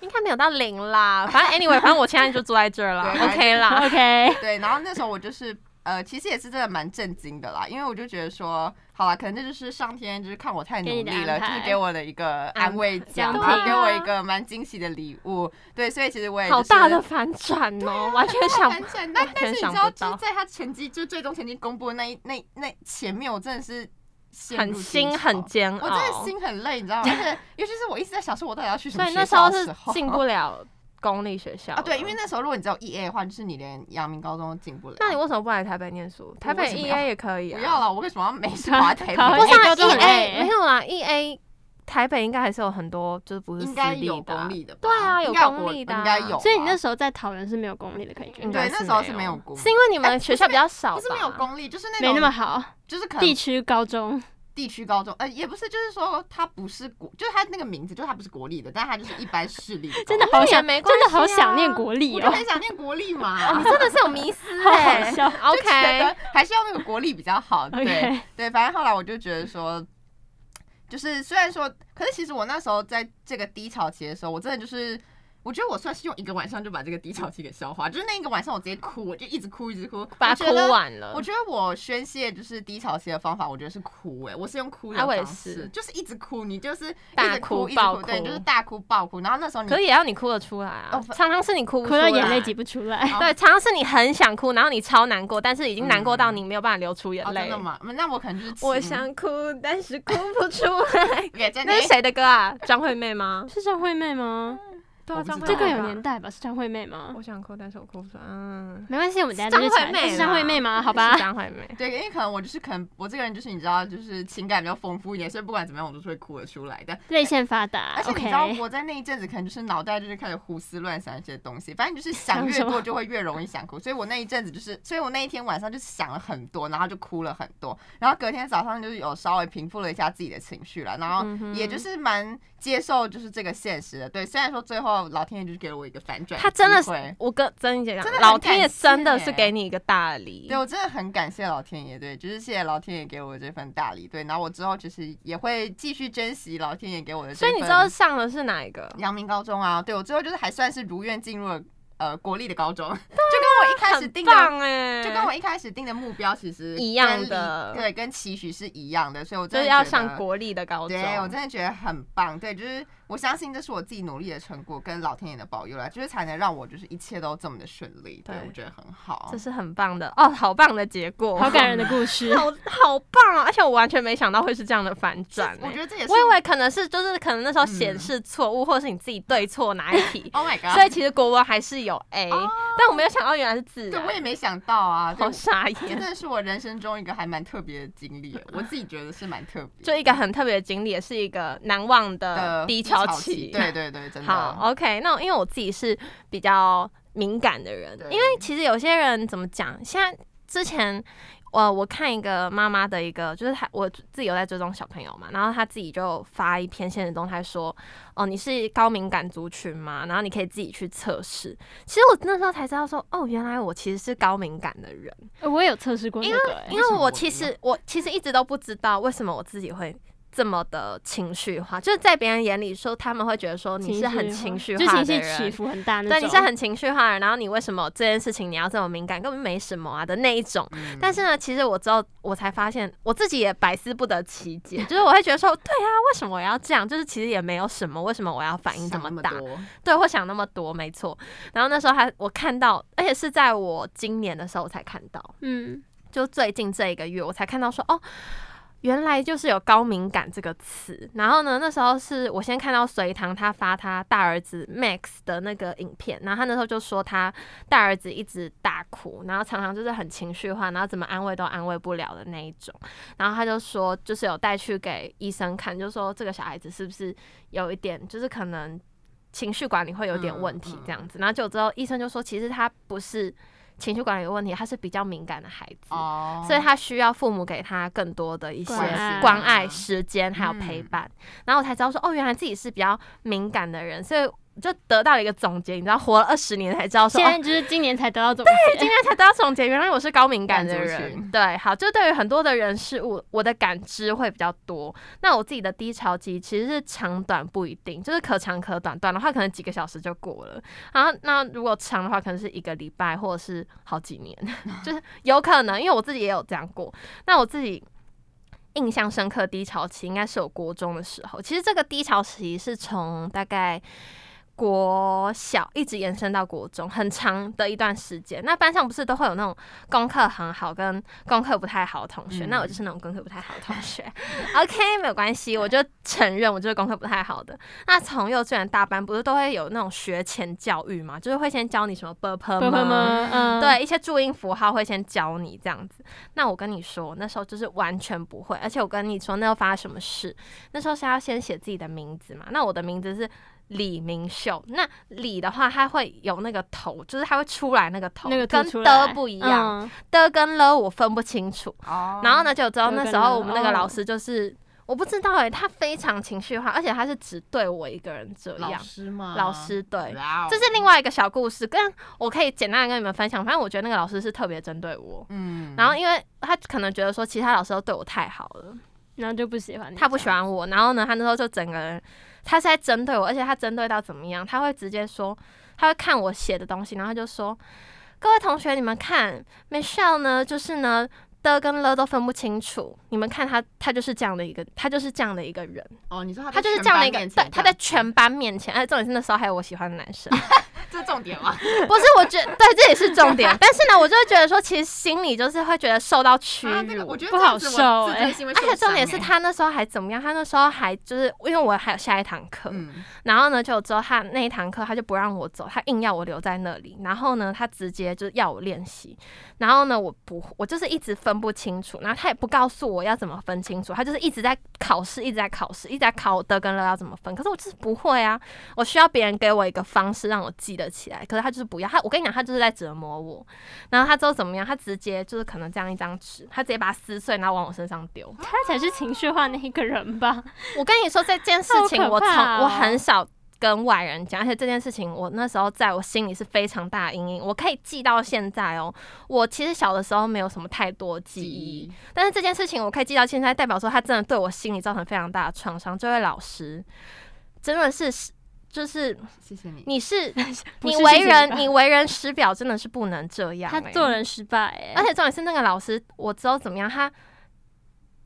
Speaker 1: 应该没有到零啦。反正 anyway，反正我现在就坐在这儿啦
Speaker 2: 对
Speaker 1: ，OK 啦。
Speaker 3: *laughs* ，OK。
Speaker 2: 对。然后那时候我就是呃，其实也是真的蛮震惊的啦，因为我就觉得说，好啦，可能这就是上天就是看我太努
Speaker 3: 给你的
Speaker 2: 力了，
Speaker 3: 安
Speaker 2: 就
Speaker 3: 排
Speaker 2: 是给我的一个安慰奖，
Speaker 3: 奖
Speaker 2: 然
Speaker 3: 品
Speaker 2: 后给我一个蛮惊喜的礼物。对，所以其实我也、就是、
Speaker 1: 好大的反转哦，完全
Speaker 2: *laughs*
Speaker 1: 想不
Speaker 2: 反转，但
Speaker 1: 完
Speaker 2: 但是
Speaker 1: 全
Speaker 2: 你知
Speaker 1: 想
Speaker 2: 道，
Speaker 1: 不
Speaker 2: 就
Speaker 1: 到
Speaker 2: 是在他成绩，就是最终成绩公布的那一那那前面，我真的是陷
Speaker 1: 很
Speaker 2: 入低
Speaker 1: 心
Speaker 2: 潮
Speaker 1: 很煎
Speaker 2: 我真的
Speaker 1: 熬。
Speaker 2: 心很累，你知道吗？而且尤其是我一直在想，说我到底要去什
Speaker 1: 所
Speaker 2: 么
Speaker 1: 以
Speaker 2: 学
Speaker 1: 那时
Speaker 2: 校
Speaker 1: 候
Speaker 2: 的
Speaker 1: 是
Speaker 2: 时候
Speaker 1: 进
Speaker 2: *laughs*
Speaker 1: 不了公立学校
Speaker 2: 啊，对，因为
Speaker 1: 了
Speaker 2: 那时候如果你只有 E A 的话，就是你连阳明高中都进不了。
Speaker 1: 那你为什么不来台北念书？台
Speaker 2: 为
Speaker 1: 北
Speaker 2: 什么
Speaker 1: E
Speaker 2: 要
Speaker 1: A 也可以
Speaker 2: 不
Speaker 1: 啊。
Speaker 2: 要了，我为什么要没事滑台
Speaker 3: 他
Speaker 2: 北？
Speaker 1: 不是啊
Speaker 3: 高中
Speaker 1: E
Speaker 3: 很累
Speaker 1: A 没有啦，E A 台北应该还是有很多，就是不是
Speaker 2: 应
Speaker 1: 私
Speaker 2: 该
Speaker 1: 立
Speaker 2: 有
Speaker 1: 的啊
Speaker 2: 公。立的吧，
Speaker 1: 对啊有
Speaker 2: 应该有
Speaker 1: 公立的
Speaker 2: 应
Speaker 1: 啊
Speaker 2: 该有吧。
Speaker 3: 所以你那时候在桃园是没有公立的可以
Speaker 1: 应
Speaker 3: 选，
Speaker 1: 该
Speaker 2: 对
Speaker 1: 是
Speaker 2: 那时候是
Speaker 1: 没有
Speaker 2: 没有公立
Speaker 1: 是，因为你
Speaker 2: 哎
Speaker 1: 们
Speaker 2: 不
Speaker 1: 学
Speaker 2: 是
Speaker 1: 校
Speaker 2: 没
Speaker 1: 比较少吧？
Speaker 2: 不是没有公立，就是那
Speaker 3: 没那么
Speaker 2: 种
Speaker 3: 好。
Speaker 2: 就是可能
Speaker 3: 地区高中
Speaker 2: 地区高中，呃，也不是，就是说它不是国，就是它那个名字，就是它不是国立的，但它就是一般市立的
Speaker 3: 真的
Speaker 1: 那
Speaker 3: 好
Speaker 1: 也
Speaker 3: 想，
Speaker 1: 没关
Speaker 3: 真的好
Speaker 1: 系
Speaker 3: 想
Speaker 1: 啊
Speaker 3: 念国立
Speaker 2: 我就
Speaker 3: 哦，
Speaker 2: 很想念国立嘛，
Speaker 1: 哦，你真的是有迷 *laughs* 思
Speaker 3: 好
Speaker 1: 哎、
Speaker 3: 好笑。
Speaker 2: 就觉
Speaker 1: OK，
Speaker 2: 得还是要那个国立比较好。对
Speaker 3: OK，
Speaker 2: 对，反正后来我就觉得说，就是虽然说，可是其实我那时候在这个低潮期的时候，我真的就是。我觉得我算是用一个晚上就把这个低潮期给消化，就是那一个晚上我直接哭，我就一直哭一直哭，
Speaker 1: 把它
Speaker 2: 我觉
Speaker 1: 哭
Speaker 2: 得
Speaker 1: 完了
Speaker 2: 我。觉得我宣泄就是低潮期的方法，我觉得是哭、欸，我是用哭的
Speaker 1: 啊我也
Speaker 2: 方式，
Speaker 1: 是
Speaker 2: 就是一直哭，你就是一
Speaker 1: 大
Speaker 2: 直哭，
Speaker 1: 哭
Speaker 2: 一直
Speaker 1: 爆
Speaker 2: 哭，对，
Speaker 1: 哭
Speaker 2: 就是大哭爆哭。然后那时候你
Speaker 1: 可以也要你哭得出来啊
Speaker 2: 哦！反
Speaker 1: 常常是你哭不
Speaker 3: *laughs* 哭
Speaker 1: 出来
Speaker 3: 到眼泪挤不出
Speaker 1: *laughs*
Speaker 3: 来。
Speaker 1: 对，常常是你很想哭，然后你超难过，但是已经难过到你没有办法流出眼
Speaker 2: 哦，真
Speaker 1: 泪。
Speaker 2: 的吗？那我可能就是
Speaker 1: 我
Speaker 2: 情。
Speaker 1: 想哭，但是哭不出来
Speaker 2: 也真的
Speaker 1: 那是谁的歌啊？张惠妹吗？
Speaker 3: 是张惠妹吗？
Speaker 1: 对
Speaker 2: 我
Speaker 1: 啊，
Speaker 2: 不知
Speaker 1: 张
Speaker 2: 道
Speaker 1: 惠
Speaker 3: 这
Speaker 1: 妹
Speaker 3: 个有
Speaker 1: 吧
Speaker 3: 年。代吧？是张惠妹吗？
Speaker 1: 我想哭，但是我哭不出来。 *laughs* 嗯，
Speaker 3: 没关系，我们等一下再去查一下。是
Speaker 1: 张
Speaker 3: 张惠
Speaker 1: 惠
Speaker 3: 妹
Speaker 1: 妹
Speaker 3: 吗？好
Speaker 1: 是 *laughs*
Speaker 3: 吧，
Speaker 1: 张惠妹。
Speaker 2: 对，因为可能我就是可能我这个人就是你知道，就是情感比较丰富一点，所以不管怎么样我都是会哭得出来的。
Speaker 3: 泪腺发达
Speaker 2: 而。且你知道
Speaker 3: 啊 OK，
Speaker 2: 我在那一阵子可能就是脑袋就是开始胡思乱想一些东西，反正就是想
Speaker 3: 想
Speaker 2: 越
Speaker 3: 什么
Speaker 2: 多就会越容易想哭，所以我那一阵子就是，所以我那一天晚上就是想了很多，然后就哭了很多，然后隔天早上就是有稍微平复了一下自己的情绪了，然后
Speaker 1: 嗯哼
Speaker 2: 也就是蛮接受就是这个现实的，对，虽然说最后老天爷就是给了我一个反转，
Speaker 1: 她真的
Speaker 2: 是。
Speaker 1: 是，我跟曾姐
Speaker 2: 真
Speaker 1: 讲，
Speaker 2: 的很
Speaker 1: 老天爷
Speaker 2: 感谢欸
Speaker 1: 真的是给你一个大礼
Speaker 2: 对，。我真的很感谢老天爷，对，就是谢谢老天爷给我这份大礼，对，然后我之后其实也会继续珍惜老天爷给我的这
Speaker 1: 所
Speaker 2: 份。
Speaker 1: 以你知道上的是哪一个？
Speaker 2: 阳明高中啊，对我最后就是还算是如愿进入了呃国立的高中，就跟我一开始
Speaker 1: 啊很
Speaker 2: 定的，
Speaker 1: 棒哎，
Speaker 2: 就跟我一开始定的目标其实
Speaker 1: 一样
Speaker 2: 跟
Speaker 1: 的
Speaker 2: 理对，跟期许是一样的，所以我
Speaker 1: 就
Speaker 2: 真
Speaker 1: 是
Speaker 2: 的
Speaker 1: 要
Speaker 2: 觉
Speaker 1: 上
Speaker 2: 得。
Speaker 1: 国立的高中。
Speaker 2: 对，我真的觉得很棒。对，就是我相信这是我自己努力的成果，跟老天爷的保佑啦，就是才能让我就是一切都这么的顺利。对，
Speaker 1: 对
Speaker 2: 我觉得很好
Speaker 1: 这。是很棒的哦，好棒的结果，
Speaker 3: 好感人的故
Speaker 1: *laughs* 。
Speaker 3: 事
Speaker 1: 好好棒啊！而且我完全没想到会是这样的反转、
Speaker 2: 我觉
Speaker 1: 欸。
Speaker 2: 得这也是
Speaker 1: 我以为可能是就是可能那时候显
Speaker 2: 嗯，
Speaker 1: 示错误，或者是你自己对错哪一题
Speaker 2: Oh *laughs* my god！
Speaker 1: 所以其实国文还是有 A，、但我没有想到原来是自
Speaker 2: 哦对
Speaker 1: 然
Speaker 2: 我，也没想到啊，对
Speaker 1: 好傻
Speaker 2: 这真
Speaker 1: 眼。
Speaker 2: 的是我人生中一个还蛮特别的经历，我自己觉得是蛮特别的。
Speaker 1: 就一个很特别的经历，也是一个难忘的
Speaker 2: 的
Speaker 1: 低
Speaker 2: 潮
Speaker 1: 潮期。
Speaker 2: 对对对，真的。
Speaker 1: 好，OK，那我哦因为我自己是比较敏感的人
Speaker 2: 对，
Speaker 1: 因为其实有些人怎么讲，现在之前。呃，我看一个妈妈的一个，就是她我自己有在追踪小朋友嘛，然后她自己就发一篇现实动态说，哦，你是高敏感族群嘛，然后你可以自己去测试。其实我那时候才知道说，哦，原来我其实是高敏感的人，
Speaker 3: 呃我也有测试过那个，欸
Speaker 1: 因
Speaker 2: 哎为什
Speaker 1: 为
Speaker 2: 么我
Speaker 1: 我
Speaker 2: 不
Speaker 1: 其
Speaker 2: 知道
Speaker 1: 实我其实一直都不知道为什么我自己会这么的情绪化，就是在别人眼里说他们会觉得说你是很情绪
Speaker 3: 就
Speaker 1: 化
Speaker 3: 情
Speaker 1: 的
Speaker 3: 绪起
Speaker 1: 人。
Speaker 3: 伏很大那种。
Speaker 1: 对，你是很情绪化的人，然后你为什么这件事情你要这么敏感，根本没什么啊的那一种。
Speaker 2: 嗯
Speaker 1: 但是呢，其实我之后我才发现，我自己也百思不得其解，就是我会觉得说，对啊，为什么我要这样？就是其实也没有什么，为什么我要反应这
Speaker 2: 想
Speaker 1: 么
Speaker 2: 那么
Speaker 1: 大？
Speaker 2: 多
Speaker 1: 对，会想那么多，没错。然后那时候还我看到，而且是在我今年的时候我才看到，
Speaker 3: 嗯，
Speaker 1: 就最近这一个月，我才看到说，哦，原来就是有高敏感这个词。然后呢，那时候是我先看到隋唐他发他大儿子 Max 的那个影片，然后他那时候就说他大儿子一直大哭，然后常常就是很情绪化，然后怎么安慰都安慰不了的那一种。然后他就说，就是有带去给医生看，就说这个小孩子是不是有一点，就是可能情绪管理会有点问题这样子。然后就之后医生就说，其实他不是情绪管理有问题，他是比较敏感的孩子。
Speaker 2: 哦，
Speaker 1: 所以他需要父母给他更多的一些
Speaker 3: 关爱啊
Speaker 1: 关爱、时间还有陪
Speaker 2: 嗯
Speaker 1: 伴。然后我才知道说，哦，原来自己是比较敏感的人，所以就得到了一个总结。你知道，活了二十年才知道说，
Speaker 3: 现
Speaker 1: 哦
Speaker 3: 在，就是今年才得到总结，
Speaker 1: *laughs* 今天才得到总结，原来我是高敏感的
Speaker 2: 感觉
Speaker 1: 人
Speaker 2: 群。
Speaker 1: 对，好，就对于很多的人事物，我的感知会比较多。那我自己的低潮期其实是长短不一定，就是可长可短，短的话可能几个小时就过了，然后那如果长的话，可能是一个礼拜或者是好几年， *laughs* 就是有可能，因为我自己也有这样过。那我自己。印象深刻低潮期应该是我国中的时候，其实这个低潮期是从大概国小一直延伸到国中，很长的一段时间。那班上不是都会有那种功课很好跟功课不太好的同学？
Speaker 2: 嗯
Speaker 1: 那我就是那种功课不太好的同学。OK，没有关系，我就承认我就是功课不太好的。那从幼稚园大班不是都会有那种学前教育嘛，就是会先教你什么 b p
Speaker 3: 不会吗？嗯，，
Speaker 1: 对，一些注音符号会先教你这样子。那我跟你说，那时候就是完全不会，而且我跟你说，那又发生什么事？那时候是要先写自己的名字嘛。那我的名字是李明秀，那李的话，它会有那个头，就是它会出来那个头，
Speaker 3: 那个吐出
Speaker 1: 跟
Speaker 3: 来
Speaker 1: 的不一样，
Speaker 3: 嗯
Speaker 1: 的、跟了我分不清楚。
Speaker 2: 哦，
Speaker 1: 然后呢，就知道
Speaker 3: 就
Speaker 1: 那
Speaker 3: 跟
Speaker 1: 时候
Speaker 3: 了
Speaker 1: 我们那个
Speaker 3: 哦
Speaker 1: 老师就是。我不知道哎、他非常情绪化，而且他是只对我一个人这
Speaker 2: 老
Speaker 1: 样。
Speaker 2: 师吗？
Speaker 1: 老师对，
Speaker 2: 哇哦，
Speaker 1: 这是另外一个小故事，跟我可以简单的跟你们分享。反正我觉得那个老师是特别针对我，
Speaker 2: 嗯，
Speaker 1: 然后因为他可能觉得说其他老师都对我太好了，
Speaker 3: 然后就不喜欢
Speaker 2: 嗯
Speaker 3: 你
Speaker 1: 他不喜欢我，然后呢，他那时候就整个人他是在针对我，而且他针对到怎么样，他会直接说，他会看我写的东西，然后就说各位同学你们看，Michelle 呢就是呢。的跟了都分不清楚，你们看他，他就是这样的一个，他就是这样的一个人，
Speaker 2: 哦，你说他
Speaker 1: 他就是
Speaker 2: 在
Speaker 1: 这样的一
Speaker 2: 全
Speaker 1: 个，
Speaker 2: 班面前
Speaker 1: 对，他在
Speaker 2: 这
Speaker 1: 全班面前，哎，重点是那时候还有我喜欢的男生，
Speaker 2: 样 *laughs* 这是重点吗？
Speaker 1: 不是，我觉对这也是重点，
Speaker 2: *laughs*
Speaker 1: 但是呢，我就会觉得说，其实心里就是会觉得受到屈辱。
Speaker 2: 啊，这个我觉得
Speaker 3: 不
Speaker 2: 这样
Speaker 3: 好
Speaker 2: 子我
Speaker 3: 受
Speaker 2: 自
Speaker 3: 哎
Speaker 2: 尊心会
Speaker 1: 而且
Speaker 2: 受
Speaker 1: 重点
Speaker 2: 伤
Speaker 1: 是
Speaker 2: 哎，
Speaker 1: 他那时候还怎么样？他那时候还就是因为我还有下一堂课，
Speaker 2: 嗯，
Speaker 1: 然后呢，就之后他那一堂课他就不让我走，他硬要我留在那里。然后呢，他直接就是要我练习。然后呢，我不，我就是一直分不清楚。然后他也不告诉我要怎么分清楚，他就是一直在考试，一直在考试，一直在考得跟乐要怎么分。可是我就是不会啊，我需要别人给我一个方式让我记得起来。可是他就是不要，他我跟你讲，他就是在折磨我。然后他之后怎么样？他直接就是可能这样一张纸，他直接把它撕碎，然后往我身上丢。
Speaker 3: 他才是情绪化那一个
Speaker 1: *laughs*
Speaker 3: 人吧？
Speaker 1: 我跟你说这件事情
Speaker 3: 好可
Speaker 1: 我，从
Speaker 3: 怕哦
Speaker 1: 我很少跟外人讲，而且这件事情我那时候在我心里是非常大的阴影，我可以记到现在哦。我其实小的时候没有什么太多记忆，但是这件事情我可以记到现在，代表说他真的对我心里造成非常大的创伤。这位老师真的是。就是
Speaker 2: 谢谢你，
Speaker 1: 你是
Speaker 3: *laughs* 不
Speaker 1: 你
Speaker 3: 是
Speaker 1: 为
Speaker 3: 谢谢你吧
Speaker 1: 人你为人师表真的是不能这样、
Speaker 3: 他
Speaker 1: 欸
Speaker 3: 做人失败哎、
Speaker 1: 而且重点是那个老师，我知道怎么样，他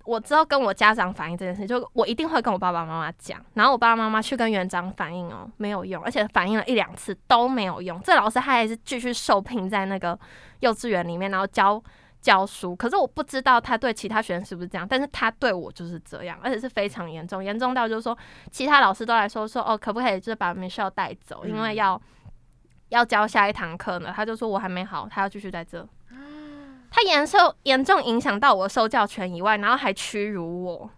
Speaker 1: 我知道跟我家长反映这件事，就我一定会跟我爸爸妈妈讲，然后我爸爸妈妈去跟园长反映哦，没有用，而且反映了一两次都没有用。这老师他还是继续受聘在那个幼稚园里面，然后教教书。可是我不知道他对其他学生是不是这样，但是他对我就是这样，而且是非常严重，严重到就是说其他老师都来说说哦，可不可以就是把 Michelle 带走，因为
Speaker 2: 嗯
Speaker 1: 要。要教下一堂课呢，他就说我还没好，他要继续在这。他严受严重影响到我的受教权以外，然后还屈辱我。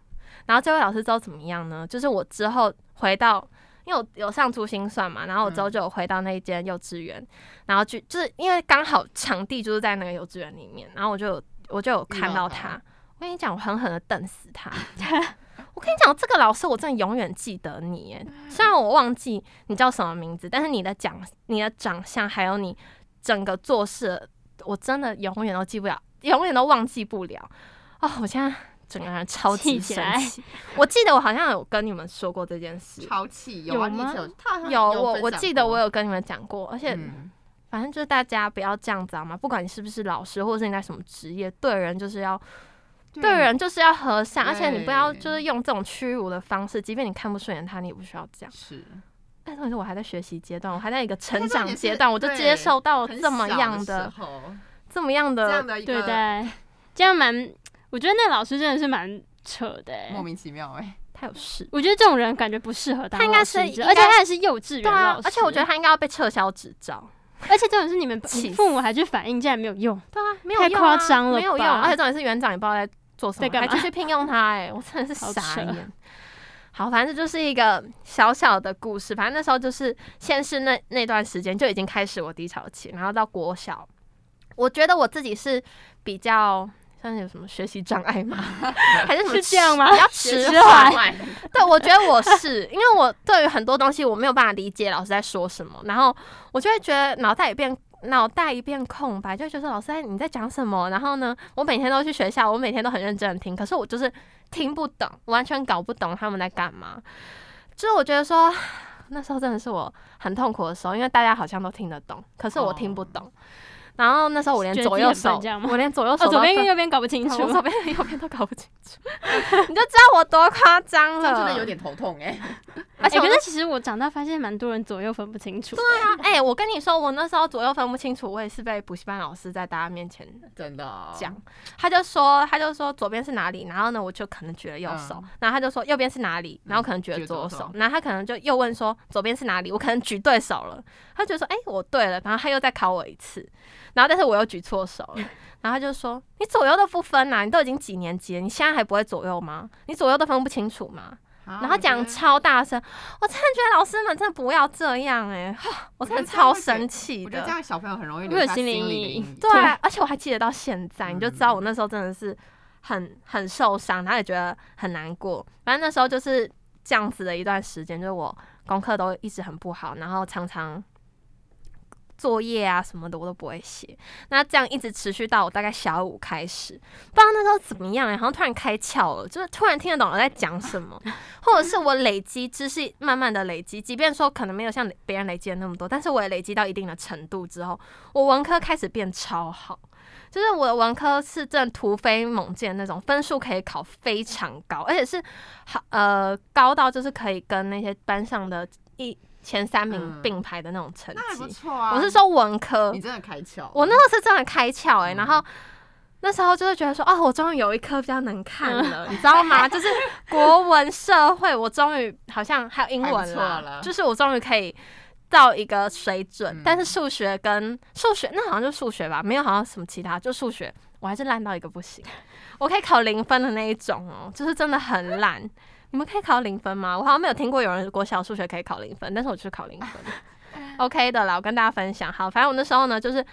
Speaker 1: 然后这位老师之后怎么样呢？就是我之后回到，因为我有上珠心算嘛，然后我之后就有回到那一间幼稚园，然后去就是因为刚好场地就是在那个幼稚园里面，然后我就有我就有看到
Speaker 2: 遇到
Speaker 1: 他。我跟你讲，我狠狠的瞪死他。 *laughs* 我跟你讲，这个老师我真的永远记得你耶。虽然我忘记你叫什么名字，但是你的讲、你的长相，还有你整个做事，我真的永远都记不了，永远都忘记不了。哦，我现在整个人超级
Speaker 3: 气起
Speaker 1: 生
Speaker 3: 来
Speaker 2: *laughs*
Speaker 1: 气。我记得我好像有跟你们说过这件事，
Speaker 2: 超气
Speaker 3: 有
Speaker 2: 有啊你以
Speaker 3: 吗
Speaker 2: 前有他好像
Speaker 1: 有
Speaker 2: 有
Speaker 1: 我
Speaker 2: 分
Speaker 1: 我
Speaker 2: 享
Speaker 1: 记得
Speaker 2: 过
Speaker 1: 我有跟你们讲过，而且
Speaker 2: 嗯
Speaker 1: 反正就是大家不要这样子好吗？不管你是不是老师，或者是你在什么职业，对人就是要对人就是要和善，而且你不要
Speaker 2: 嗯对
Speaker 1: 就是用这种屈辱的方式，即便你看不顺眼他，你也不需要这样。
Speaker 2: 是
Speaker 1: 但是我还在学习阶段，我还在一个
Speaker 2: 可
Speaker 1: 成
Speaker 2: 是重
Speaker 1: 长
Speaker 2: 点
Speaker 1: 阶
Speaker 2: 是
Speaker 1: 段，我就
Speaker 2: 对
Speaker 1: 接受到
Speaker 2: 很
Speaker 1: 哦这么
Speaker 2: 小
Speaker 1: 样
Speaker 2: 的时
Speaker 1: 的、呃
Speaker 2: 候
Speaker 1: 这么样
Speaker 2: 这样
Speaker 1: 的，
Speaker 2: 的一
Speaker 3: *laughs* 对
Speaker 2: 个
Speaker 3: 待，这样蛮，我觉得那老师真的是蛮扯的、欸
Speaker 2: 莫。名其妙哎、
Speaker 1: 他有事。
Speaker 3: 我觉得这种人感觉不适合当
Speaker 1: 他应该
Speaker 3: 老师
Speaker 1: 是
Speaker 3: 之
Speaker 1: 应
Speaker 3: 而且
Speaker 1: 该
Speaker 3: 他也是幼稚园
Speaker 1: 对啊
Speaker 3: 老师。，
Speaker 1: 而且我觉得，他应该要被撤销执照。
Speaker 3: 而且这种是你们
Speaker 1: 气
Speaker 3: 父母还去反映，竟然没有用。
Speaker 1: 对啊，没有
Speaker 3: 太
Speaker 1: 用
Speaker 3: 夸
Speaker 1: 啊
Speaker 3: 张了
Speaker 1: 没有用。
Speaker 3: 吧
Speaker 1: 而且重点是园长也不知道在做什
Speaker 3: 在
Speaker 1: 么，
Speaker 3: 干
Speaker 1: 还
Speaker 3: 嘛
Speaker 1: 继续聘用他、哎，我真的是
Speaker 3: 好
Speaker 1: 傻
Speaker 3: 扯
Speaker 1: 眼。好，反正这就是一个小小的故事。反正那时候就是先是那那段时间就已经开始我低潮期，然后到国小，我觉得我自己是比较像是有什么学习障碍吗？ *laughs* 还是什么
Speaker 3: 是这样吗
Speaker 1: 比较
Speaker 3: 学
Speaker 1: 迟
Speaker 3: 习
Speaker 1: 缓
Speaker 3: 障，
Speaker 1: *laughs* 对，我觉得我是，因为我对于很多东西我没有办法理解老师在说什么，然后我就会觉得脑袋一片脑袋一片空白，就会觉得老师在你在讲什么。然后呢，我每天都去学校，我每天都很认真的听，可是我就是听不懂，完全搞不懂他们在干嘛。就是我觉得说。那时候真的是我很痛苦的时候，因为大家好像都听得懂，可是我听不懂。然后那时候我连
Speaker 3: 哦觉得
Speaker 1: 左
Speaker 3: 自己
Speaker 1: 右
Speaker 3: 很笨
Speaker 1: 手
Speaker 3: 这样，吗
Speaker 1: 我连左右手
Speaker 3: 哦，
Speaker 1: 都
Speaker 3: 左边
Speaker 1: 分
Speaker 3: 跟右边搞不清
Speaker 1: 我
Speaker 3: 楚。哎
Speaker 1: 左边跟右边都搞不清
Speaker 2: *laughs*
Speaker 1: 楚，你就知道我多夸张
Speaker 2: 这
Speaker 1: 了，
Speaker 2: 样真的有点头痛哎、
Speaker 1: 而且
Speaker 3: 欸
Speaker 1: 我
Speaker 3: 可
Speaker 1: 那
Speaker 3: 是其实我长大发现蛮多人左右分不清楚的。
Speaker 1: 对啊，哎、我跟你说，我那时候左右分不清楚，我也是被补习班老师在大家面前
Speaker 2: *laughs* 真的哦
Speaker 1: 讲，他就说，他就说左边是哪里，然后呢，我就可能举了右手，
Speaker 2: 嗯
Speaker 1: 然后他就说右边是哪里，然后可能举了
Speaker 2: 举嗯左
Speaker 1: 左
Speaker 2: 手
Speaker 1: 手，然后他可能就又问说左边是哪里，我可能举对手了，他就说，哎、我对了，然后他又再考我一次，然后但是我又举错手
Speaker 2: 嗯
Speaker 1: 了，然后他就说，你左右都不分啊呐、你都已经几年级了，你现在还不会左右吗？你左右都分不清楚吗？
Speaker 2: 啊
Speaker 1: 然后讲
Speaker 2: 我觉得
Speaker 1: 超大声，我真的觉得老师们真的不要这样哎、我真的超生气
Speaker 2: 我觉得
Speaker 1: 的
Speaker 2: 这。样小朋友很容易
Speaker 3: 会
Speaker 2: 留
Speaker 3: 有
Speaker 2: 下
Speaker 3: 心理
Speaker 2: 理的
Speaker 3: 阴影
Speaker 2: 阴影。
Speaker 1: 对，而且我还记得到现在，你就知道我
Speaker 2: 嗯
Speaker 1: 那时候真的是很很受伤，然后也觉得很难过。反正那时候就是这样子的一段时间，就是我功课都一直很不好，然后常常作业啊什么的我都不会写。那这样一直持续到我大概小五开始，不知道那时候怎么样、欸，好像突然开窍了，就是突然听得懂我在讲什么，
Speaker 2: *laughs*
Speaker 1: 或者是我累积知识，慢慢的累积，即便说可能没有像别人累积的那么多，但是我也累积到一定的程度之后，我文科开始变超好。就是我的文科是真的突飞猛进的那种，分数可以考非常高，而且是好呃高到就是可以跟那些班上的一前三名
Speaker 2: 嗯
Speaker 1: 并排的那种成
Speaker 2: 那还不
Speaker 1: 绩。
Speaker 2: 错啊。
Speaker 1: 我是，说文科
Speaker 2: 你，真的开窍。
Speaker 1: 我那时候是真的开窍哎、
Speaker 2: 嗯
Speaker 1: 然后那时候就是觉得说，哦，我终于有一科比较能看
Speaker 2: 嗯
Speaker 1: 了，你知道
Speaker 2: *laughs*
Speaker 1: 吗？就是国文、社会，我终于好像还有英
Speaker 2: 还不
Speaker 1: 文
Speaker 2: 错
Speaker 1: 啦，
Speaker 2: 了
Speaker 1: 就是我终于可以到一个水准。
Speaker 2: 嗯
Speaker 1: 但是数学跟数学，那好像就数学吧，没有好像什么其他，就数学，我还是烂到一个不行。我可以考零分的那一种哦，就是真的很烂。你们可以考零分吗？我好像没有听过有人国小数学可以考零分，但是我就是考零
Speaker 3: *laughs*
Speaker 1: 分，OK 的啦。我跟大家分享，好，反正我那时候呢就是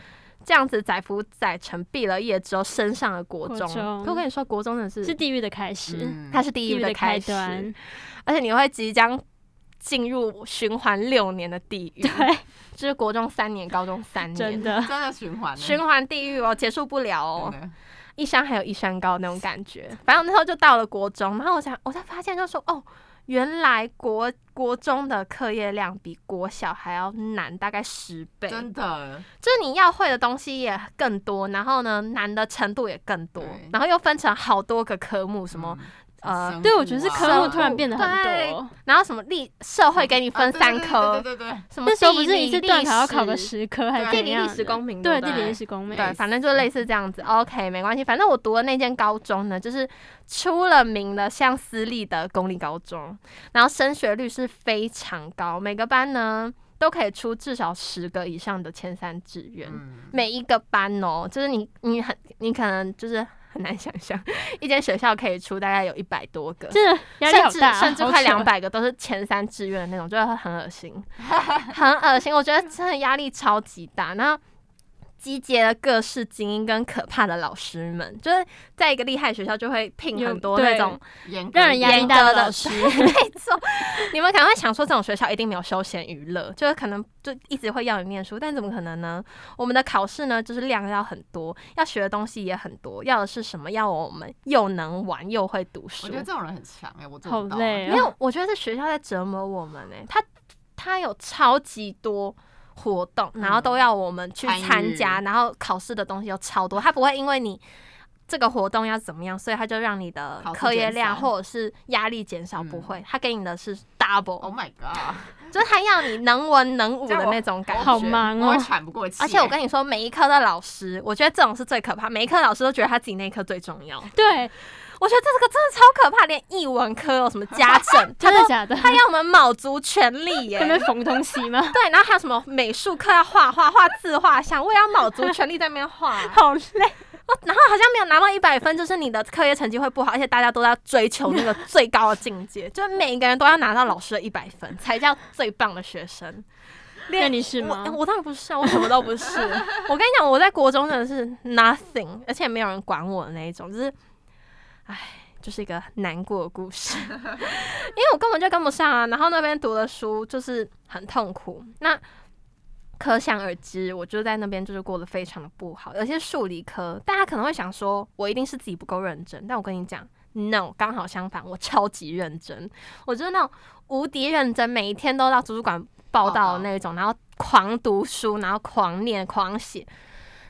Speaker 1: 这样子载浮载沉，毕了业之后升上了国中。
Speaker 3: 国中
Speaker 1: 可我跟你说，国中真的是
Speaker 3: 是地狱的开始，
Speaker 2: 嗯
Speaker 1: 它是地
Speaker 3: 地
Speaker 1: 狱
Speaker 3: 狱的
Speaker 1: 开
Speaker 3: 开
Speaker 1: 始，
Speaker 3: 端。
Speaker 1: 而且你会即将进入循环六年的地狱，
Speaker 3: *laughs* 对，
Speaker 1: 就是国中三年，高中三
Speaker 3: 真
Speaker 1: 年。
Speaker 3: 的，
Speaker 2: 真的循环了，
Speaker 1: 循环地狱哦，结束不了哦。
Speaker 2: 真的
Speaker 1: 一山还有一山高那种感觉。反正我那时候就到了国中，然后我才我才发现，就说哦，原来国国中的课业量比国小还要难，大概十倍，
Speaker 2: 真的
Speaker 1: 就是你要会的东西也更多，然后呢，难的程度也更多
Speaker 2: 对，嗯
Speaker 1: 然后又分成好多个科目，什么、呃
Speaker 2: 生
Speaker 3: 对我觉得是
Speaker 2: 物啊
Speaker 3: 科目突然变得很多。
Speaker 1: 然后什么历社会给你分
Speaker 2: 啊对
Speaker 1: 三
Speaker 2: 对对
Speaker 1: 科，
Speaker 2: 对对对对，
Speaker 1: 什么
Speaker 3: 那时候不
Speaker 1: 地
Speaker 3: 是
Speaker 1: 理
Speaker 3: 一次段考要考个
Speaker 1: 历史
Speaker 3: 十科还是
Speaker 1: 地
Speaker 3: 怎
Speaker 1: 理、
Speaker 3: 样
Speaker 1: 历
Speaker 3: 的？
Speaker 1: 史、公民，
Speaker 3: 对，
Speaker 1: 不
Speaker 3: 地理、历史、公民。
Speaker 1: 对，反正就类似这样子。OK，没关系，反正我读的那间高中呢，就是出了名的像私立的公立高中，然后升学率是非常高，每个班呢都可以出至少十个以上的前三志愿，
Speaker 2: 嗯，
Speaker 1: 每一个班哦，就是你你很你可能就是。很难想象，一间学校可以出大概有一百多个，
Speaker 3: 真的压力
Speaker 1: 甚
Speaker 3: 好
Speaker 1: 至
Speaker 3: 大啊，
Speaker 1: 甚至
Speaker 3: 好
Speaker 1: 快
Speaker 3: 扯
Speaker 1: 两。百个都是前三志愿的那种，就会很恶心， *laughs* 很恶心。我觉得真的压力超级大，然后集结了各式精英跟可怕的老师们，就是在一个厉害学校就会聘
Speaker 3: 有
Speaker 1: 很多
Speaker 3: 对
Speaker 1: 那种
Speaker 2: 严格
Speaker 3: 让人压力
Speaker 1: 严
Speaker 3: 大
Speaker 1: 格
Speaker 3: 的
Speaker 1: 的
Speaker 3: 老师，
Speaker 1: *laughs* 没错，你们可能会想说，这种学校一定没有休闲娱乐，就是可能就一直会要你念书，但怎么可能呢？我们的考试呢，就是量要很多，要学的东西也很多，要的是什么？要我们又能玩又会读书。
Speaker 2: 我觉得这种人很强哎，我做
Speaker 3: 好
Speaker 2: 不到啊。
Speaker 3: 累
Speaker 1: 没
Speaker 3: 哦。
Speaker 1: 有，我觉得是学校在折磨我们呢、他他有超级多活动，然后都要我们去
Speaker 2: 参
Speaker 1: 参
Speaker 2: 与
Speaker 1: 加，然后考试的东西又超多，他不会因为你。这个活动要怎么样？所以他就让你的
Speaker 2: 考试
Speaker 1: 课业
Speaker 2: 减
Speaker 1: 量
Speaker 2: 少
Speaker 1: 或者是压力减少，不
Speaker 2: 嗯
Speaker 1: 会，他给你的是 double，、
Speaker 2: Oh my god，
Speaker 1: 就是他要你能文能武
Speaker 2: 这
Speaker 1: 的
Speaker 2: 样我
Speaker 1: 那种感觉。
Speaker 3: 好忙哦
Speaker 2: 我会喘不过气。
Speaker 1: 嗯
Speaker 2: 欸
Speaker 1: 而且我跟你
Speaker 2: *laughs*
Speaker 1: 说，每一科的老师，我觉得这种是最可怕。每一科老师都觉得他自己那一科最重要，
Speaker 3: 对，
Speaker 1: 我觉得这个真的超可怕，连译文科有什么家
Speaker 2: *laughs*
Speaker 1: 政，他
Speaker 3: 真
Speaker 1: 都
Speaker 3: 的假的？
Speaker 1: 他要我们卯足全力 *laughs* 耶、
Speaker 3: 在那边缝东西吗？
Speaker 1: 对，然后还有什么美术课要画画、画自画像，我也要卯足全力在那边画。
Speaker 3: 好累，
Speaker 1: 哦然后好像没有拿到一百分，就是你的课业成绩会不好，而且大家都在追求那个最高的境 *laughs* 界，就是每一个人都要拿到老师的一百分才叫最棒的学生。
Speaker 3: 那你是吗
Speaker 1: 我？我当然不是啊，我什么都不
Speaker 3: *laughs*
Speaker 1: 是。我跟你讲，我在国中真的是 nothing，而且没有人管我的那一种，就是，唉，就是一个难过的故
Speaker 3: *laughs*
Speaker 1: 事。因为我根本就跟不上啊，然后那边读的书就是很痛苦。那可想而知，我就在那边就是过得非常的不好。有些数理科，大家可能会想说，我一定是自己不够认真，但我跟你讲，no，刚好相反，我超级认真，我就是那种无敌认真，每一天都到图书馆报道的那种，然后狂读书，然后狂念、狂写。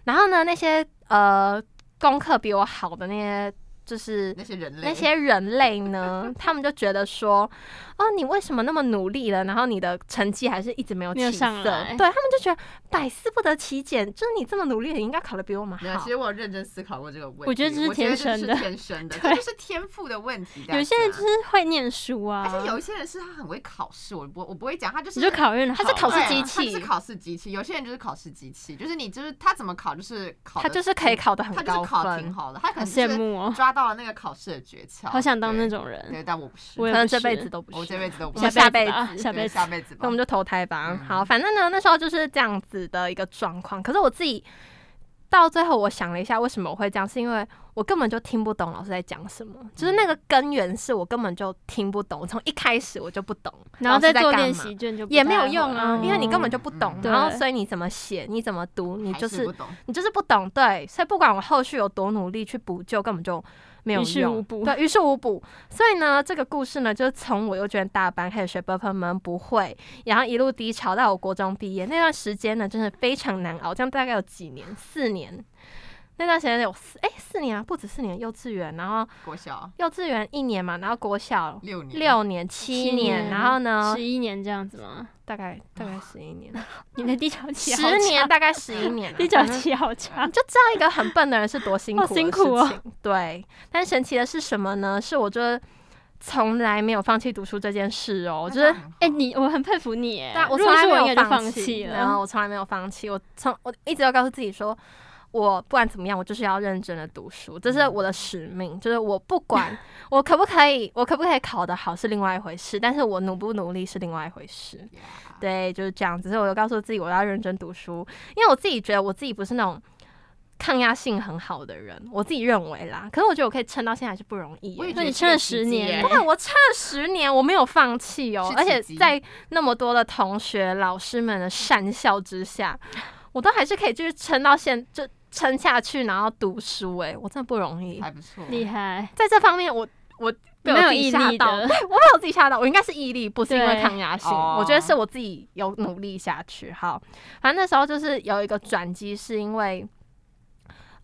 Speaker 1: 然后呢，那些呃功课比我好的那些，就是
Speaker 2: 那些人类，
Speaker 1: 那些人类呢，他们就觉得说，哦，你为什么那么努力了，然后你的成绩还是一直没有
Speaker 3: 没有
Speaker 1: 起色？
Speaker 3: 上
Speaker 1: 对
Speaker 3: 来
Speaker 1: 他们就觉得百思不得其解，就是你这么努力，你应该考得比我们
Speaker 2: 没有，
Speaker 1: 好
Speaker 2: 其。实我有认真思考过这个问题，
Speaker 3: 啊我觉得这是天生的
Speaker 2: 我觉得这是天生的，
Speaker 3: *laughs* 对
Speaker 2: 这就是天赋的问题。这样
Speaker 3: 有
Speaker 2: 子
Speaker 3: 些
Speaker 2: 啊
Speaker 3: 人就是会念书啊，
Speaker 2: 而且有一些人是他很会考试，我不我不会讲，他就是
Speaker 3: 你就考运好，
Speaker 1: 他是考
Speaker 2: 对
Speaker 1: 试机
Speaker 2: 他就是
Speaker 1: 器
Speaker 2: 考试机器。有些人就是考试机器，就是你就是他怎么考就是考得，
Speaker 1: 他就是可以考得很
Speaker 2: 他就
Speaker 1: 高
Speaker 2: 是考得
Speaker 1: 分
Speaker 2: 挺，好的，他可
Speaker 3: 好
Speaker 2: 能
Speaker 3: 羡
Speaker 2: 就是
Speaker 3: 慕哦，
Speaker 2: 抓到了那个考试的
Speaker 3: *laughs*
Speaker 2: 诀窍。
Speaker 3: 好想当那
Speaker 2: 对
Speaker 3: 种
Speaker 2: 对，
Speaker 3: 人，
Speaker 2: 但我不是，
Speaker 3: 我
Speaker 1: 可
Speaker 3: 也
Speaker 1: 能
Speaker 3: 不
Speaker 1: 这辈
Speaker 3: 是
Speaker 1: 子都不
Speaker 2: 我
Speaker 1: 是
Speaker 2: 这。辈子都不
Speaker 1: 我们
Speaker 2: 是，
Speaker 1: 下辈
Speaker 3: 吧
Speaker 1: 子
Speaker 3: 下
Speaker 2: 对
Speaker 3: 辈子
Speaker 2: 下辈子吧
Speaker 1: 那我们。就投胎吧。
Speaker 2: 嗯
Speaker 1: 好，反正呢，那时候就是这样子的一个状况。可是我自己到最后，我想了一下，为什么我会这样，是因为我根本就听不懂老师在讲什么，就是
Speaker 2: 嗯
Speaker 1: 那个根源是我根本就听不懂，我从一开始我就不懂，
Speaker 3: 然后再
Speaker 1: 老师
Speaker 3: 做
Speaker 1: 在干
Speaker 3: 练
Speaker 1: 嘛
Speaker 3: 习卷就不
Speaker 1: 也没有
Speaker 3: 太会
Speaker 1: 用啊，
Speaker 3: 嗯
Speaker 1: 因为你根本就不懂，
Speaker 2: 嗯
Speaker 3: 对
Speaker 1: 然后所以你怎么写，你怎么读，你
Speaker 2: 还
Speaker 1: 就是是
Speaker 2: 不懂，
Speaker 1: 你就是不懂，对，所以不管我后续有多努力去补救，根本就没有
Speaker 3: 于
Speaker 1: 用，
Speaker 3: 事无补
Speaker 1: 对，于事无补。所以呢，这个故事呢，就是从我幼稚园大班开始学 b u p 们不会，然后一路低潮到我国中毕业那段时间呢，真的非常难熬，这样大概有几年，四年。那段时间有四哎、四年啊，不止四年，幼稚园，然后
Speaker 2: 国小
Speaker 1: 幼稚园一年嘛，然后国小
Speaker 2: 六年，
Speaker 1: 六年、七
Speaker 3: 七年
Speaker 1: 年，然后呢，
Speaker 3: 十一年这样子吗？
Speaker 1: 大概大概十一年，
Speaker 3: 你的低潮期好
Speaker 1: 十
Speaker 3: 长
Speaker 1: 年，大概十一年啊，
Speaker 3: 低潮
Speaker 1: 反正
Speaker 3: 期好
Speaker 1: 你
Speaker 3: 长，
Speaker 1: 就知道一个很笨的人是多辛苦的
Speaker 3: 好辛苦嗯哦
Speaker 1: 事情对，但神奇的是什么呢？是我就是从来没有放弃读书这件事哦，
Speaker 2: 那
Speaker 1: 就
Speaker 2: 这样
Speaker 1: 是
Speaker 2: 很。好，
Speaker 3: 哎，你我很佩服你
Speaker 1: 啊
Speaker 3: 耶，
Speaker 1: 但我
Speaker 3: 哎如
Speaker 1: 从
Speaker 3: 果
Speaker 1: 来
Speaker 3: 是
Speaker 1: 没
Speaker 3: 我应
Speaker 1: 有
Speaker 3: 该就
Speaker 1: 放
Speaker 3: 放弃嗯
Speaker 1: 然后
Speaker 3: 了，
Speaker 1: 我从来没有放弃，我从我一直都告诉自己说，我不管怎么样，我就是要认真的读书，这
Speaker 3: 嗯
Speaker 1: 是我的使命，就是我不管 *laughs* 我可不可以，我可不可以考得好是另外一回事，但是我努不努力是另外一回事。
Speaker 2: Yeah
Speaker 1: 对，就是这样子。所以我就告诉自己，我要认真读书，因为我自己觉得我自己不是那种抗压性很好的人，我自己认为啦。可是我觉得我可以撑到现在还是不容易
Speaker 2: 我也
Speaker 1: 耶。
Speaker 2: 觉
Speaker 3: 那
Speaker 2: 得
Speaker 3: 你
Speaker 2: 是
Speaker 3: 撑
Speaker 2: 个
Speaker 3: 了
Speaker 2: 奇
Speaker 3: 10
Speaker 2: 迹
Speaker 3: 年
Speaker 2: 耶
Speaker 3: 对
Speaker 1: 对，我差了十年，我没有放弃哦
Speaker 2: 是，
Speaker 1: 而
Speaker 2: 奇
Speaker 1: 且
Speaker 2: 迹
Speaker 1: 在那么多的同学、老师们的善笑之下，我都还是可以就是撑到现，就撑下去，然后读书。哎，我真的不容易，
Speaker 2: 还不错，
Speaker 3: 厉害，
Speaker 1: 在这方面我，我被我
Speaker 3: 没有
Speaker 1: 自己
Speaker 3: 毅
Speaker 1: 吓
Speaker 3: 力
Speaker 1: 到
Speaker 3: 的，
Speaker 1: 我有自己吓到，我应该是毅力，不是因为
Speaker 3: 对
Speaker 1: 抗压性。
Speaker 2: 哦
Speaker 1: 我觉得是我自己有努力下去。好，反正那时候就是有一个转机，是因为，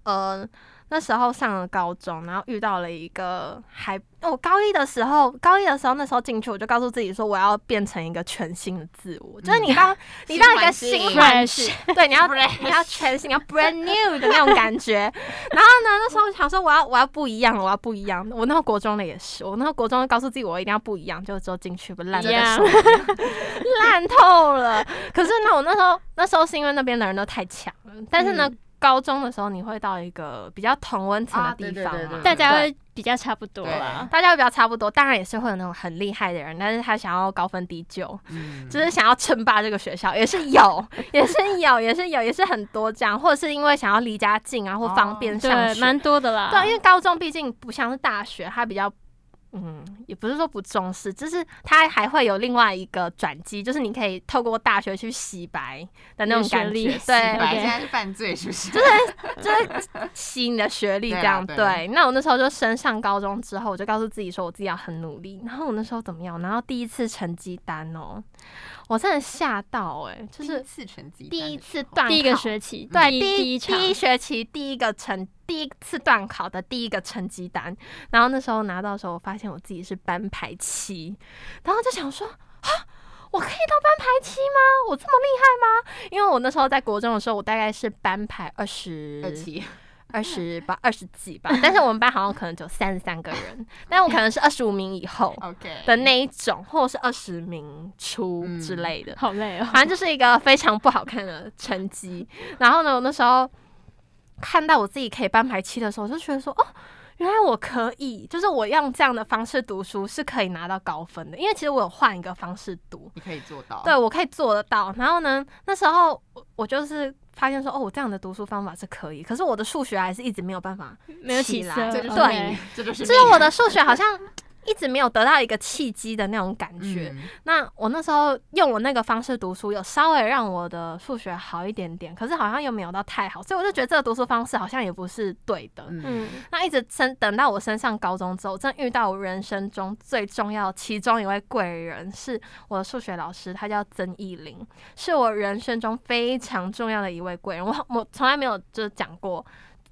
Speaker 1: 呃，那时候上了高中，然后遇到了一个还我高一的时候，高一的时候那时候进去，我就告诉自己说我要变成一个全新的自我，就是你当你当一个
Speaker 2: 新
Speaker 1: *laughs*
Speaker 2: 环
Speaker 1: 新
Speaker 2: 境
Speaker 1: 环境
Speaker 3: Fresh，
Speaker 1: 对，你要你要全新，你要 brand new 的那种感觉。
Speaker 2: *laughs*
Speaker 1: 然后呢，那时候想说我要我要不一样，我要不一样。我那时候国中的也是，我那时候国中告诉自己我一定要不一样，就之后进去不烂
Speaker 3: 一
Speaker 1: 的
Speaker 3: 样，
Speaker 1: *laughs* 烂透了。可是呢，我那时候那时候是因为那边的人都太强了，但是呢。高中的时候，你会到一个比较同温层的
Speaker 2: 嗯啊对
Speaker 1: 地
Speaker 2: 对
Speaker 1: 方
Speaker 2: 对
Speaker 1: 嘛
Speaker 2: 对对
Speaker 3: *laughs* 大家
Speaker 1: 对
Speaker 3: 会比较差不多啦。
Speaker 1: 大家会比较差不多，当然也是会有那种很厉害的人，但是他想要高分低就，
Speaker 2: 嗯
Speaker 1: 就是想要称霸这个学校，也是 *laughs* 有，也是有，也是有，也是很多这样，或者是因为想要离家近啊，或方便上
Speaker 3: 对，
Speaker 1: 学，啊
Speaker 3: 蛮多的啦。
Speaker 1: 对，因为高中毕竟不像是大学，它比较。嗯，也不是说不重视，就是它还会有另外一个转机，就是你可以透过大学去洗白的那种
Speaker 3: 你的学
Speaker 1: 感
Speaker 3: 历
Speaker 1: 觉，
Speaker 3: 洗
Speaker 1: 对，
Speaker 2: 白
Speaker 3: OK
Speaker 2: 现在是犯罪是不是？
Speaker 1: 就是洗你的学历这样。
Speaker 2: 对
Speaker 1: 对
Speaker 2: 啊对
Speaker 1: 那我那时候就升上高中之后，我就告诉自己说，我自己要很努力。然后我那时候怎么样？然后第一次成绩单哦，我真的吓到哎、就
Speaker 2: 第一
Speaker 1: 是
Speaker 2: 次成绩单的时候，
Speaker 1: 第一次断
Speaker 3: 第一个
Speaker 1: 考
Speaker 3: 学期，
Speaker 1: 对，
Speaker 3: 第
Speaker 1: 第
Speaker 3: 第一场
Speaker 1: 第一学期第一个成第一次段考的第一个成绩单，然后那时候拿到的时候，我发现我自己是班排七，然后就想说啊，我可以到班排七吗？我这么厉害吗？因为我那时候在国中的时候，我大概是班排二十 *laughs*
Speaker 2: 二期，
Speaker 1: 二十吧，二十几吧，但是我们班好像可能只有三十三个人，但我可能是二十五名以后
Speaker 2: OK
Speaker 1: 的那一种，或者是二十名出之类的，
Speaker 3: 好累哦。
Speaker 1: 反正就是一个非常不好看的成绩。然后呢，我那时候看到我自己可以班排七的时候，我就觉得说，哦，原来我可以，就是我用这样的方式读书是可以拿到高分的，因为其实我有换一个方式读，
Speaker 2: 你可以做到。
Speaker 1: 对我可以做得到。然后呢，那时候我我就是发现说，哦，我这样的读书方法是可以，可是我的数学还是一直没有办法，
Speaker 3: 没有
Speaker 1: 起
Speaker 3: 起色
Speaker 1: 来，
Speaker 2: 这就是
Speaker 1: 对
Speaker 2: 你，这就是
Speaker 1: 就
Speaker 2: 你
Speaker 1: 是我的数学好像一直没有得到一个契机的那种感觉。
Speaker 2: 嗯
Speaker 1: 那我那时候用我那个方式读书，有稍微让我的数学好一点点，可是好像又没有到太好，所以我就觉得这个读书方式好像也不是对的。
Speaker 2: 嗯，
Speaker 3: 嗯，
Speaker 1: 那一直升等到我升上高中之后，我真的遇到我人生中最重要其中一位贵人，是我的数学老师，他叫曾义林，是我人生中非常重要的一位贵人。我我从来没有就是讲过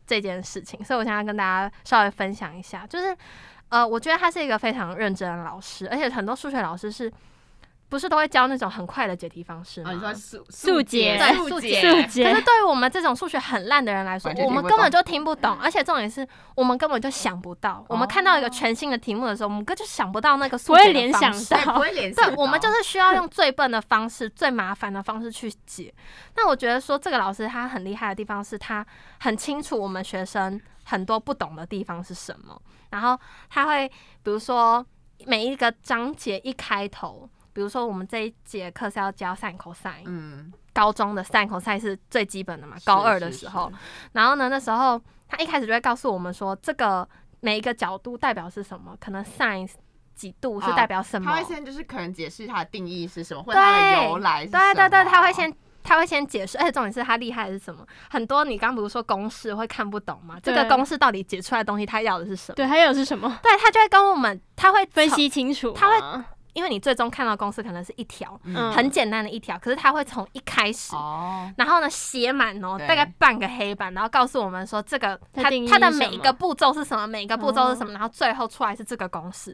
Speaker 1: 这件事情，所以我想要跟大家稍微分享一下，就是呃，我觉得他是一个非常认真的老师，而且很多数学老师是。不是都会教那种很快的解题方式吗？
Speaker 2: 啊，你说速
Speaker 3: 速解
Speaker 1: 对
Speaker 2: 速
Speaker 1: 速
Speaker 2: 解，
Speaker 1: 解
Speaker 3: 素
Speaker 1: 可
Speaker 3: 洁
Speaker 1: 是对于我们这种数学很烂的人来说
Speaker 2: 完全，
Speaker 1: 我
Speaker 2: 听
Speaker 1: 们
Speaker 2: 不
Speaker 1: 根本
Speaker 2: 懂
Speaker 1: 就听不懂，而且重点是我们根本就想不
Speaker 3: 哦
Speaker 1: 到。我们看到一个全新的题目的时候，我们根本就想不到那个
Speaker 3: 不
Speaker 1: 数
Speaker 3: 会
Speaker 1: 学
Speaker 3: 联
Speaker 1: 的
Speaker 3: 想
Speaker 1: 方式。
Speaker 2: 对，不
Speaker 3: 到，
Speaker 2: 会联
Speaker 1: *laughs*
Speaker 2: 想
Speaker 1: 对
Speaker 2: 到，，
Speaker 1: 我们就是需要用最笨的方式、最麻烦的方式去解。那我觉得说这个老师他很厉害的地方是他很清楚我们学生很多不懂的地方是什么，然后他会比如说每一个章节一开头，比如说我们这一节课是要教 sin、cosine，
Speaker 2: 嗯，
Speaker 1: 高中的 sin、cosine 是最基本的嘛，
Speaker 2: 是
Speaker 1: 高二的时候，，然后呢，那时候他一开始就会告诉我们说，这个每一个角度代表是什么，可能 sin 几度是
Speaker 2: 啊
Speaker 1: 代表什
Speaker 2: 是是
Speaker 1: 么，
Speaker 2: 他会先就是可能解释它的定义是什么，或者它的由来是什么，嗯
Speaker 1: 对对对，他会先。他会先解释，而且重点是他厉害的是什么？很多你刚不是说公式会看不懂吗？这
Speaker 3: 对
Speaker 1: 个公式到底解出来的东西，他要的是什么？
Speaker 3: 对，还有是什么？
Speaker 1: 对，他就会跟我们，他会
Speaker 3: 分
Speaker 2: 哦
Speaker 1: 从，
Speaker 3: 析清楚嘛，
Speaker 1: 他
Speaker 2: 嗯
Speaker 1: 会因为你最终看到公式可能是一条、
Speaker 3: 嗯
Speaker 1: 很简单的一条，可是他会从一开始
Speaker 2: 哦，
Speaker 1: 然后呢，写满哦，
Speaker 2: 对
Speaker 1: 大概半个黑板，然后告诉我们说这个
Speaker 3: 它
Speaker 1: 它
Speaker 3: 定义
Speaker 1: 它的
Speaker 3: 是
Speaker 1: 每
Speaker 3: 什
Speaker 1: 一
Speaker 3: 么哦
Speaker 1: 个步骤是什么，每一个步骤是什么，然后最后出来是这个公式，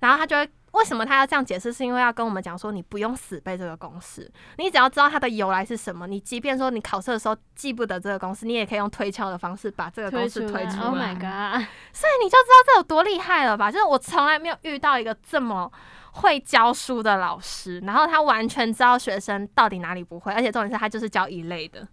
Speaker 1: 然后他就会。为什么他要这样解释？是因为要跟我们讲说，你不用死背这个公式，你只要知道它的由来是什么，你即便说你考试的时候记不得这个公式，你也可以用推敲的方式把这个公
Speaker 3: 推
Speaker 1: 式
Speaker 3: 出
Speaker 1: 推
Speaker 3: 来
Speaker 1: 出来。
Speaker 3: ，Oh my god，
Speaker 1: *laughs* 所以你就知道这有多厉害了吧？就是我从来没有遇到一个这么会教书的老师，然后他完全知道学生到底哪里不会，而且重点是他就是教一类的，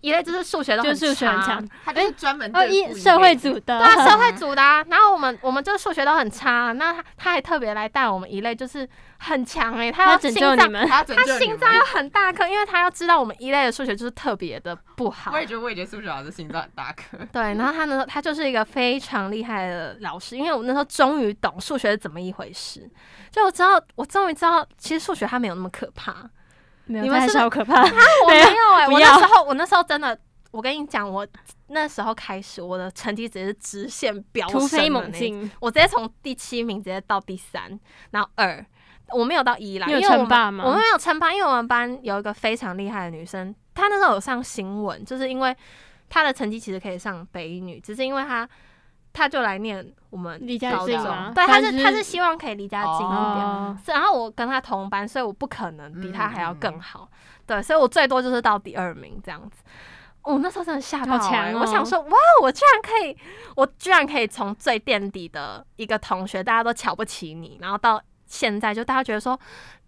Speaker 1: 一类就是数学都
Speaker 3: 就
Speaker 1: 很
Speaker 3: 数学很强，
Speaker 2: 他
Speaker 1: 哎
Speaker 2: 就是专门
Speaker 3: 哦，
Speaker 2: 对
Speaker 3: 一
Speaker 2: 付
Speaker 3: 社会
Speaker 2: 类
Speaker 3: 组
Speaker 1: 对啊，
Speaker 3: 的，
Speaker 1: 社会组的、啊。然后我们我们就数学都很差，那他他还特别来带我们一类，就是很强诶、他
Speaker 3: 他
Speaker 1: 要
Speaker 3: 拯
Speaker 1: 心
Speaker 3: 救
Speaker 1: 脏
Speaker 3: 你，们，
Speaker 2: 他要拯
Speaker 1: 他
Speaker 2: 救你
Speaker 1: 心
Speaker 2: 们
Speaker 1: 脏要很大颗，因为他要知道我们一类的数学就是特别的不好。
Speaker 2: 我也觉得，我也觉得苏哲老师心脏很大颗。
Speaker 1: 对，然后他呢，他就是一个非常厉害的老师，因为我那时候终于懂数学是怎么一回事，就我知道，我终于知道，其实数学它没有那么可怕。啊，
Speaker 3: 没
Speaker 1: *laughs*
Speaker 3: 有
Speaker 1: 你们
Speaker 3: 他
Speaker 1: 是
Speaker 3: 还是好可怕，
Speaker 1: 我没
Speaker 3: 没有
Speaker 1: 有哎、
Speaker 3: 不
Speaker 1: 我
Speaker 3: 要
Speaker 1: 那时候，我那时候真的，我跟你讲，我那时候开始，我的成绩只是直线飙升，
Speaker 3: 突飞猛，进，
Speaker 1: 我直接从第七名直接到第三，然后二。我没有到一啦，
Speaker 3: 你
Speaker 1: 因
Speaker 3: 有
Speaker 1: 为我
Speaker 3: 称霸
Speaker 1: 们
Speaker 3: 吗
Speaker 1: 我们没有称霸，因为我们班有一个非常厉害的女生，她那时候有上新闻，就是因为她的成绩其实可以上北一女，只是因为她她就来念我们
Speaker 3: 离家
Speaker 1: 高
Speaker 3: 近
Speaker 1: 中
Speaker 3: 吗
Speaker 1: 对，她
Speaker 3: 反
Speaker 1: 是
Speaker 3: 正
Speaker 1: 她
Speaker 3: 就是
Speaker 1: 希望可以离家近一点。
Speaker 3: 哦，
Speaker 1: 是，然后我跟她同班，所以我不可能比她还
Speaker 3: 嗯
Speaker 1: 要更好，对，所以我最多就是到第二名这样子。我、那时候真的吓到、
Speaker 3: 好
Speaker 1: 欸，
Speaker 3: 强哦
Speaker 1: 我想说，哇，我居然可以，我居然可以从最垫底的一个同学，大家都瞧不起你，然后到现在就大家觉得说，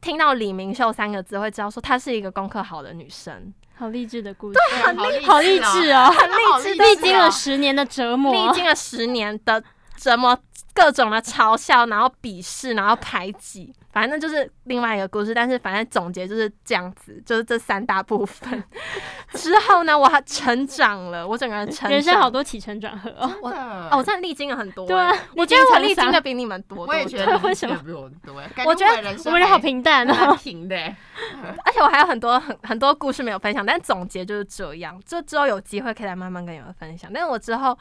Speaker 1: 听到李明秀三个字会知道说她是一个功课好的女生，
Speaker 3: 好励志的故事，
Speaker 2: 对
Speaker 1: 很
Speaker 2: 励
Speaker 3: 好励志
Speaker 2: 啊，
Speaker 3: 哦，
Speaker 2: 真的好
Speaker 1: 很励
Speaker 2: 励
Speaker 1: 志
Speaker 2: 哦
Speaker 3: 历经了十年的折
Speaker 1: 历
Speaker 3: 磨，
Speaker 1: 经了十年的折磨，各种的嘲笑，然后鄙视，然后排挤，反正就是另外一个故事。但是反正总结就是这样子，就是这三大部 *laughs* 分。之后呢，我还成长了，我整个人成长，
Speaker 3: 人生好多起承转合哦，
Speaker 1: 我
Speaker 2: 真的
Speaker 1: 哦，我真的历经了很多、
Speaker 3: 对啊
Speaker 1: 欸，我觉得我历
Speaker 3: 历经沧
Speaker 1: 经
Speaker 3: 桑
Speaker 1: 的比你们多，
Speaker 2: 我也
Speaker 1: 多
Speaker 2: 觉
Speaker 1: 多
Speaker 2: 得
Speaker 3: 为什么
Speaker 2: 比我多欸？
Speaker 1: 我觉得
Speaker 2: 感人生
Speaker 3: 我们人好
Speaker 2: 还
Speaker 3: 平淡哦，
Speaker 2: 蛮平的欸，
Speaker 1: 而且我还有很多很很多故事没有分享，但总结就是这样。就之后有机会可以来慢慢跟你们分享。但是我之后，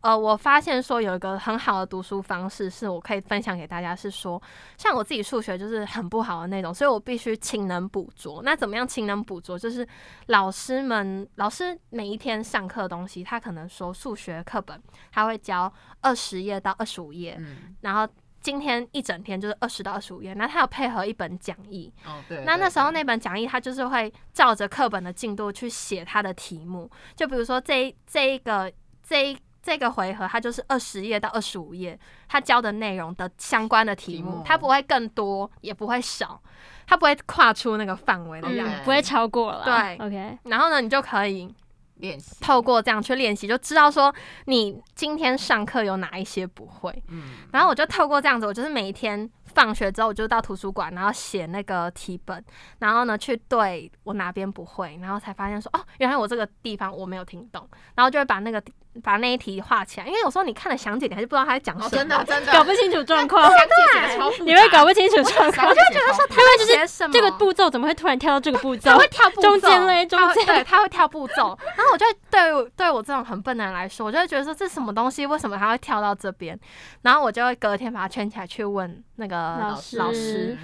Speaker 1: 呃，我发现说有一个很好的读书方式，是我可以分享给大家，是说像我自己数学就是很不好的那种，所以我必须勤能补拙。那怎么样勤能补拙？就是老师们，老师每一天上课的东西，他可能说数学课本他会教二十页到二十五页，
Speaker 2: 嗯，
Speaker 1: 然后。今天一整天就是二十到二十五页，那他有配合一本讲义，
Speaker 2: 哦对。
Speaker 1: 那那时候
Speaker 2: 对
Speaker 1: 那本讲义，他就是会照着课本的进度去写他的题目，就比如说这一这一个这一这个回合它就是二十页到二十五页，它教的内容的相关的题
Speaker 2: 题
Speaker 1: 目
Speaker 2: 目，
Speaker 1: 它不会更多，也不会少，它不会跨出那个范围的样
Speaker 3: 嗯，
Speaker 1: 子。
Speaker 3: 不会超过了。
Speaker 1: 对
Speaker 3: ，OK，
Speaker 1: 然后呢，你就可以
Speaker 2: 练习，
Speaker 1: 透过这样去练习，就知道说你今天上课有哪一些不会。
Speaker 2: 嗯，
Speaker 1: 然后我就透过这样子，我就是每一天放学之后，我就到图书馆，然后写那个题本，然后呢去对我哪边不会，然后才发现说哦，原来我这个地方我没有听懂，然后就会把那个把那一题画起来。因为有时候你看了详解，你还是不知道他在讲什
Speaker 2: 哦，
Speaker 1: 么，
Speaker 2: 真的真的，
Speaker 3: 搞不清楚状况，你
Speaker 2: 你
Speaker 3: 会搞不清楚状况。
Speaker 2: 我就觉得说
Speaker 1: 他会写什么
Speaker 3: 这个步骤怎么会突然跳到这个步骤
Speaker 1: 他？会跳步骤，
Speaker 3: 中间嘞中
Speaker 1: 他会
Speaker 3: 间
Speaker 1: 对，他会跳步骤。 *laughs* 然后我就会对我对我这种很笨的人来说，我就会觉得说这什么东西，为什么他会跳到这边？然后我就会隔天把它圈起来去问那个
Speaker 3: 老
Speaker 1: 师。
Speaker 3: 师
Speaker 1: 老
Speaker 3: 师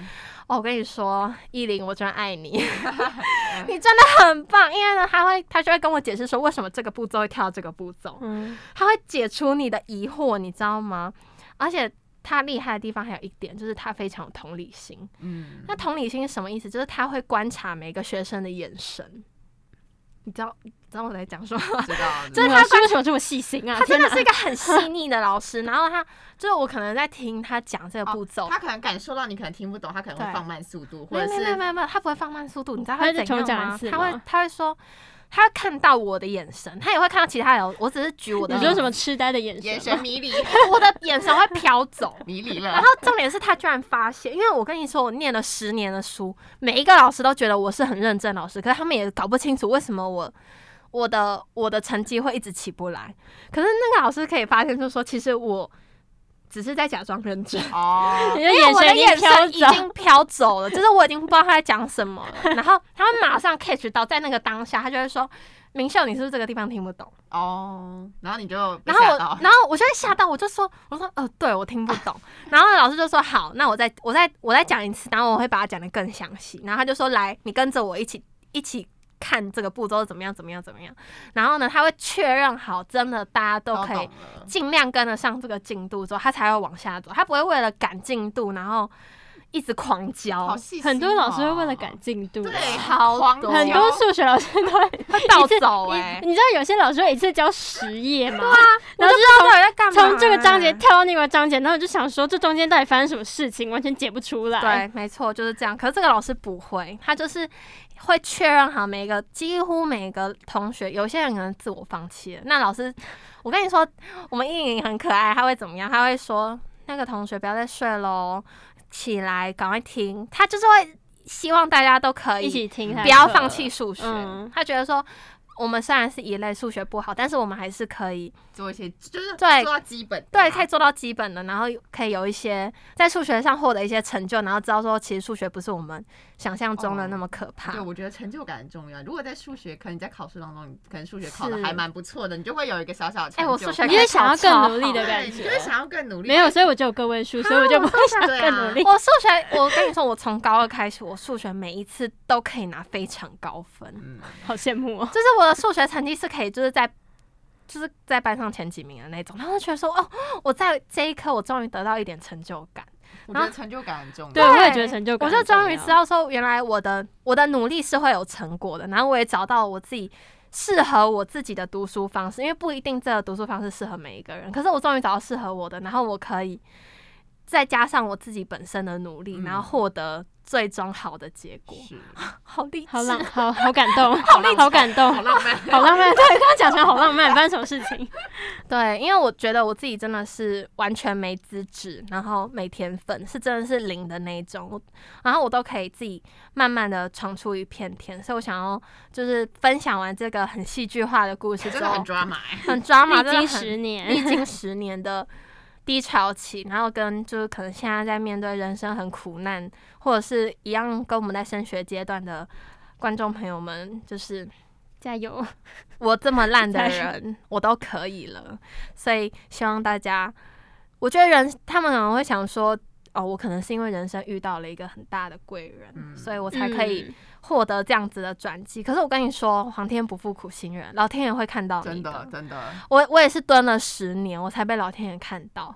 Speaker 1: 哦，我跟你说，依林，我真的爱
Speaker 3: *laughs*
Speaker 1: 你，你真的很棒。因为呢，他会他就会跟我解释说为什么这个步骤会跳到这个步骤，
Speaker 3: 嗯，
Speaker 1: 他会解除你的疑惑，你知道吗？而且他厉害的地方还有一点，就是他非常有同理心。
Speaker 2: 嗯，
Speaker 1: 那同理心是什么意思？就是他会观察每个学生的眼神，你知道，你知道我在讲什么吗？
Speaker 2: 知道，
Speaker 1: 这
Speaker 2: 这
Speaker 1: 是
Speaker 3: 老
Speaker 1: 他
Speaker 3: 师为什么这么细心啊？
Speaker 1: 他真的
Speaker 3: 天哪
Speaker 1: 是一个很细腻的老师，然后他就是我可能在听他讲这个步
Speaker 3: 哦
Speaker 1: 骤，
Speaker 2: 他可能感受到你可能听不懂，他可能会放慢速度，
Speaker 1: 没
Speaker 2: 或
Speaker 1: 有
Speaker 2: 者
Speaker 1: 没有没有
Speaker 2: 是
Speaker 1: 没有没有，他不会放慢速度，你知道
Speaker 3: 他
Speaker 1: 会
Speaker 3: 就
Speaker 1: 怎
Speaker 3: 重
Speaker 1: 样
Speaker 3: 讲一
Speaker 1: 吗
Speaker 3: 次？
Speaker 1: 他会
Speaker 3: 吗
Speaker 1: 他会说，他会看到我的眼神，他也会看到其他人，我只是举我的
Speaker 3: 你
Speaker 1: 例子，
Speaker 3: 说什么痴呆的眼神？
Speaker 2: 眼神迷离
Speaker 1: *laughs* 我的眼神会飘走，
Speaker 2: 迷离了
Speaker 1: 然后，重点是他居然发现，因为我跟你说，我念了十年的书，每一个老师都觉得我是很认真的老师，可是他们也搞不清楚为什么我我的我的成绩会一直起不来。可是那个老师可以发现，就是说其实我只是在假装认真。
Speaker 2: 哦，
Speaker 3: 你
Speaker 1: 因
Speaker 3: 的
Speaker 1: 为
Speaker 3: 眼
Speaker 1: 我
Speaker 3: 神
Speaker 1: 的
Speaker 3: 已
Speaker 1: 眼
Speaker 3: 经
Speaker 1: 神已
Speaker 3: 飘走，
Speaker 1: 经飘走了，就是我已经不知道他在讲什么
Speaker 3: *laughs*
Speaker 1: 了。然后他会马上 catch 到，在那个当下，他就会说：“明秀，你是不是这个地方听不懂？”
Speaker 2: 哦，然后你就被
Speaker 1: 然后
Speaker 2: 吓
Speaker 1: 我
Speaker 2: 到，，
Speaker 1: 然后我就会吓到，我就说，我说，呃，对我听不懂。然后老师就说，好，那我再我再我再讲一次，然后我会把它讲得更详细。然后他就说，来，你跟着我一起一起看这个步骤怎么样怎么样怎么样。然后呢，他会确认好，真的大家都可
Speaker 3: 哦
Speaker 1: 以
Speaker 2: 懂了
Speaker 1: 尽量跟得上这个进度之后，他才会往下走。他不会为了赶进度，然后一直狂教
Speaker 2: 好。细心哦，
Speaker 3: 很多老师会为了赶进度啊，
Speaker 2: 对
Speaker 1: 超
Speaker 2: 狂
Speaker 1: 多
Speaker 3: 很
Speaker 2: 教
Speaker 3: 多数学老师都会
Speaker 1: 倒
Speaker 3: 一次
Speaker 1: 走
Speaker 3: 一
Speaker 1: 哎、
Speaker 3: 你知道有些老师会一次教十页
Speaker 1: 啊
Speaker 3: 吗？
Speaker 1: 我就不知道到底在干嘛、欸
Speaker 3: 从这个章节跳到那个章节，然后我就想说，这中间到底发生什么事情，完全解不出来。
Speaker 1: 对，没错，就是这样。可是这个老师不会，他就是会确认好每一个，几乎每个同学，有些人可能自我放弃了。那老师，我跟你说，我们英莹很可爱，他会怎么样？他会说那个同学不要再睡喽，起来，赶快听。他就是会希望大家都可
Speaker 3: 一
Speaker 1: 以
Speaker 3: 起听他的课，
Speaker 1: 不要放弃数学。
Speaker 3: 嗯
Speaker 1: 他觉得说。我们虽然是一类数学不好，但是我们还是可以
Speaker 2: 做一些就是
Speaker 1: 对
Speaker 2: 做到基本的
Speaker 1: 对，
Speaker 2: 啦
Speaker 1: 可以做到基本的，然后可以有一些在数学上获得一些成就，然后知道说其实数学不是我们想象中
Speaker 3: 哦
Speaker 1: 的那么可怕。
Speaker 2: 对，我觉得成就感很重要。如果在数学，可能你在考试当中，你可能数学考的
Speaker 1: 是
Speaker 2: 还蛮不错的，你就会有一个小小的成
Speaker 1: 哎、
Speaker 2: 就。
Speaker 1: 我数学
Speaker 3: 你就
Speaker 1: 可以
Speaker 3: 想要
Speaker 1: 考超
Speaker 3: 更努力
Speaker 1: 好
Speaker 3: 的感
Speaker 2: 对，你就会
Speaker 3: 觉。
Speaker 2: 想要更努力。
Speaker 3: 没有，所以我就有个位数，所以我就不会想
Speaker 2: 对啊
Speaker 3: 更努力。
Speaker 1: 我数学，我跟你说，我从高二开始，我数学每一次都可以拿非常高分，
Speaker 2: 嗯，
Speaker 3: 好羡慕哦！
Speaker 1: 就是我的数学成绩是可以就是在就是在班上前几名的那种。然后就觉得说，哦，我在这一科我终于得到一点成就感。
Speaker 2: 我
Speaker 1: 然后
Speaker 2: 觉得成就感很重要。
Speaker 3: 对我也觉得成就感
Speaker 1: 我就
Speaker 3: 很重
Speaker 1: 终于
Speaker 3: 要
Speaker 1: 知道说，原来我的我的努力是会有成果的，然后我也找到我自己适合我自己的读书方式，因为不一定这个读书方式适合每一个人。可是我终于找到适合我的，然后我可以再加上我自己本身的努力，
Speaker 2: 嗯
Speaker 1: 然后获得最终好的结果。 *laughs*
Speaker 2: 是，
Speaker 1: 好励志，
Speaker 3: 好浪，好好感
Speaker 1: *laughs*
Speaker 3: 动，
Speaker 2: 好浪漫
Speaker 3: 好感动，
Speaker 2: 好浪漫。
Speaker 3: 好浪漫。对，刚刚讲成好浪漫，发生什么事情？
Speaker 1: 对，因为我觉得我自己真的是完全没资质，然后没天分，是真的是零的那一种。我然后我都可以自己慢慢的闯出一片天，所以我想要就是分享完这个很戏剧化的故事之
Speaker 2: 真的很哎
Speaker 1: 后，
Speaker 2: 抓马，
Speaker 1: 很抓马，
Speaker 3: 历
Speaker 1: 真的
Speaker 3: 经
Speaker 1: 很
Speaker 3: 十年，
Speaker 1: 历经十年的低潮期，然后跟就是可能现在在面对人生很苦难，或者是一样跟我们在升学阶段的观众朋友们，就是
Speaker 3: 加油！
Speaker 1: 我这么烂的
Speaker 3: 加油
Speaker 1: 人，我都可以了。所以希望大家，我觉得人他们可能会想说，哦，我可能是因为人生遇到了一个很大的贵人，
Speaker 2: 嗯
Speaker 1: 所以我才可以获得这样子的转机。可是我跟你说，皇天不负苦心人，老天爷会看到你
Speaker 2: 真的真的。
Speaker 1: 我我也是蹲了十年，我才被老天爷看到，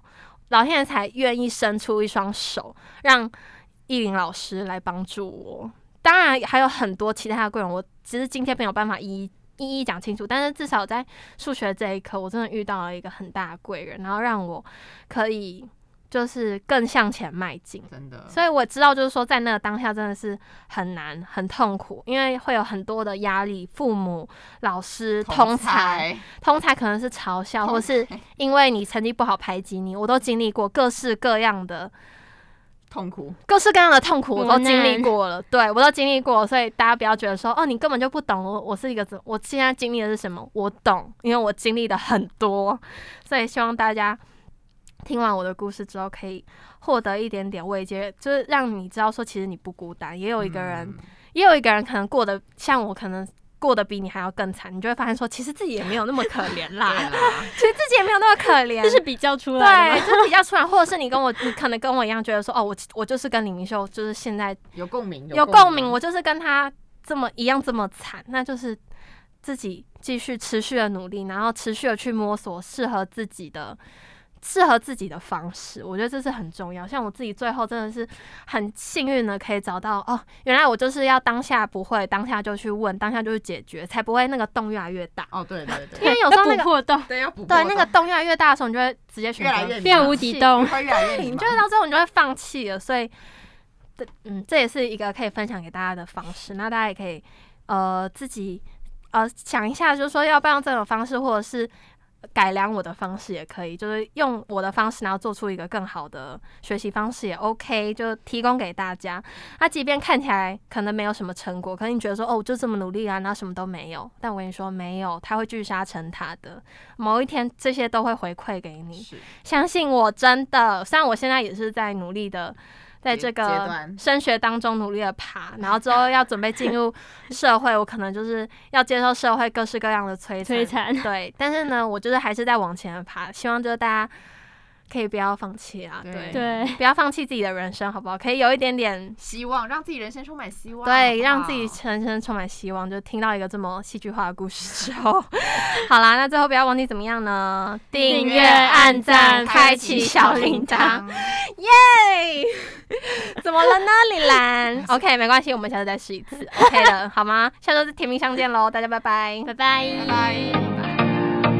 Speaker 1: 老天爷才愿意伸出一双手，让艺林老师来帮助我。当然还有很多其他的贵人，我其实今天没有办法一一一一讲清楚，但是至少在数学这一科，我真的遇到了一个很大的贵人，然后让我可以就是更向前迈进。
Speaker 2: 真的，
Speaker 1: 所以我知道，就是说，在那个当下真的是很难、很痛苦，因为会有很多的压力，父母、老师、同才，
Speaker 2: 才
Speaker 1: 通才可能是嘲
Speaker 3: 哦
Speaker 1: 笑，
Speaker 2: 同
Speaker 1: 或是因为你成绩不好排挤你，我都经历过各式各样的、
Speaker 2: 痛苦，
Speaker 1: 各式各样的痛苦，我
Speaker 3: 磨
Speaker 1: 都经历
Speaker 3: 难
Speaker 1: 过了，对我都经历过，所以大家不要觉得说，哦，你根本就不懂我，我是一个怎，我现在经历的是什么？我懂，因为我经历的很多，所以希望大家。听完我的故事之后，可以获得一点点慰藉，就是让你知道说，其实你不孤单，也有一个人，
Speaker 2: 嗯
Speaker 1: 也有一个人可能过得像我，可能过得比你还要更惨，你就会发现说，其实自己也没有那么可怜
Speaker 3: *laughs*
Speaker 1: 啦。
Speaker 2: 对啦，
Speaker 1: 其实自己也没有那么可怜，
Speaker 3: 这是比较出来的
Speaker 1: 对，
Speaker 3: 吗？
Speaker 1: 就是比较突然，或者是你跟我，你可能跟我一样觉得说，哦，我我就是跟李明秀，就是现在
Speaker 2: 有共鸣，
Speaker 1: 有共
Speaker 2: 共
Speaker 1: 鸣，我就是跟他这么一样这么惨，那就是自己继续持续的努力，然后持续的去摸索适合自己的。适合自己的方式，我觉得这是很重要。像我自己最后真的是很幸运的，可以找到哦，原来我就是要当下不会，当下就去问，当下就去解决，才不会那个洞越来越大。
Speaker 2: 哦，对对
Speaker 1: 因
Speaker 2: 对，
Speaker 1: 为有时候那
Speaker 3: 要
Speaker 1: 个
Speaker 3: 补破洞，
Speaker 2: 对要补
Speaker 1: 对
Speaker 2: 过
Speaker 1: 那个
Speaker 2: 的
Speaker 1: 洞越来越大的时候，你就会直接选
Speaker 2: 越来
Speaker 1: 择
Speaker 2: 越
Speaker 3: 变无底洞。
Speaker 2: 会越来越
Speaker 1: 你
Speaker 2: 迷茫
Speaker 1: 就会到最后你就会放弃了，所以这嗯，这也是一个可以分享给大家的方式。那大家也可以呃自己呃想一下，就是说要不要用这种方式，或者是改良我的方式也可以，就是用我的方式，然后做出一个更好的学习方式也 OK，就提供给大家。那即便看起来可能没有什么成果，可能你觉得说哦，我就这么努力啊，然后什么都没有，但我跟你说没有，它会聚沙成塔的，某一天这些都会回馈给你。
Speaker 2: 是
Speaker 1: 相信我，真的，虽然我现在也是在努力的，在这
Speaker 2: 阶阶
Speaker 1: 个
Speaker 2: 段
Speaker 1: 升学当中努力的爬，然后之后要准备进入社会，我可能就是要接受社会各式各样的摧
Speaker 3: 摧
Speaker 1: 残。
Speaker 3: 残。
Speaker 1: 对，但是呢，我就是还是在往前爬，希望就是大家可以不要放弃啊，
Speaker 2: 对
Speaker 1: 对，
Speaker 3: 对，
Speaker 1: 不要放弃自己的人生，好不好？可以有一点点。
Speaker 2: 希望，让自己人生充满希望，好
Speaker 1: 对，
Speaker 2: 不
Speaker 1: 让自己
Speaker 2: 好
Speaker 1: 人生充满希望。就听到一个这么戏剧化的故事之后，好啦，那最后不要忘记怎么样呢？订阅、按赞、开启小铃铛。，哎， *laughs* 怎么了呢，李 *laughs* 兰？OK，没关系，我们下次再试一次，OK 的，好吗？下周甜蜜相见喽，大家拜拜。
Speaker 3: 拜拜。
Speaker 2: 拜拜。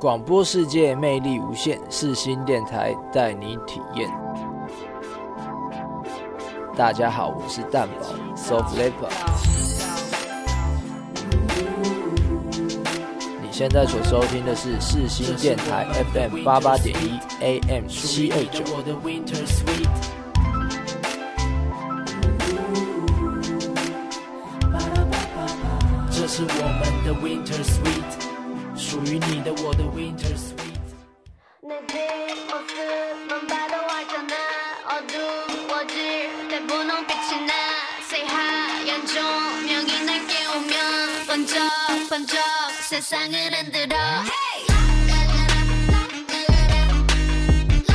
Speaker 4: 广播世界魅力无限，世新电台带你体验。大家好，我是蛋宝 s o f l a p e r 你现在所收听的是世新电台 FM 八八点一 AM 七二九。
Speaker 5: 我的 Winter Sweet。这是我们的 Winter Sweet，属于你的我的 Winter Sweet。
Speaker 6: 你听我思，门把都外着呢，我读我知，对不能比起呢，谁还眼中명이날깨우면번쩍번쩍세상을흔들어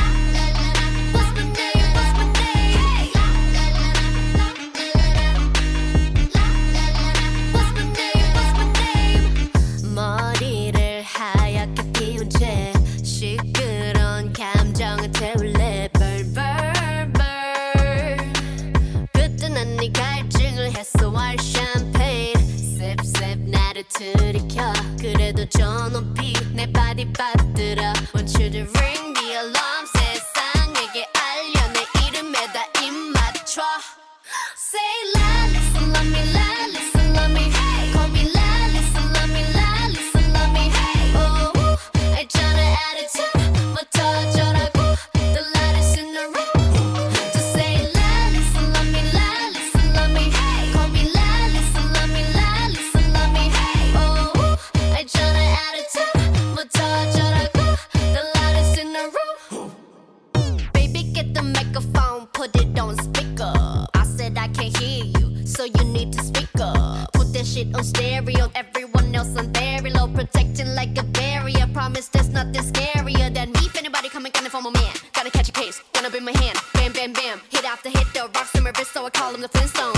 Speaker 6: What's my name? What's my name? What's my name? What's my name? 머리를 하얗게 피운 채 시끄러운 감정을 태울래 벌벌벌 그때 난 네 갈증을 해소할 샴페인 셉셉 나를 들이켜 그래도 저 높이 내 바디 빠뜨려 Want you to ring the alarm 세상에게 알려 내 이름에다 입 맞춰 Say la, listen, love me, la, listen, love me. Hey, call me la, listen, love me, la, listen, love me. Hey, oh, I tryna attitude, but 어쩌라고? The lightest in the room. Just say la, listen, love me, la, listen, love me. Hey, call me la, listen, love me, la, listen, love me. Hey, oh, I tryna attitude, but 어쩌라고? The lightest in the room. Baby, get the microphone, put it on speaker. I said I can't hear you, so you need to speak up. Put that shit on stereo, everyone else on very low, protecting like a barrier. Promise there's nothing scarier than me. If anybody coming, coming for my man, gotta catch a case, gonna be my hand. Bam, bam, bam, hit after hit, the rocks in my wrist, so I call him the Flintstone. Oh, Oh, Oh, Oh,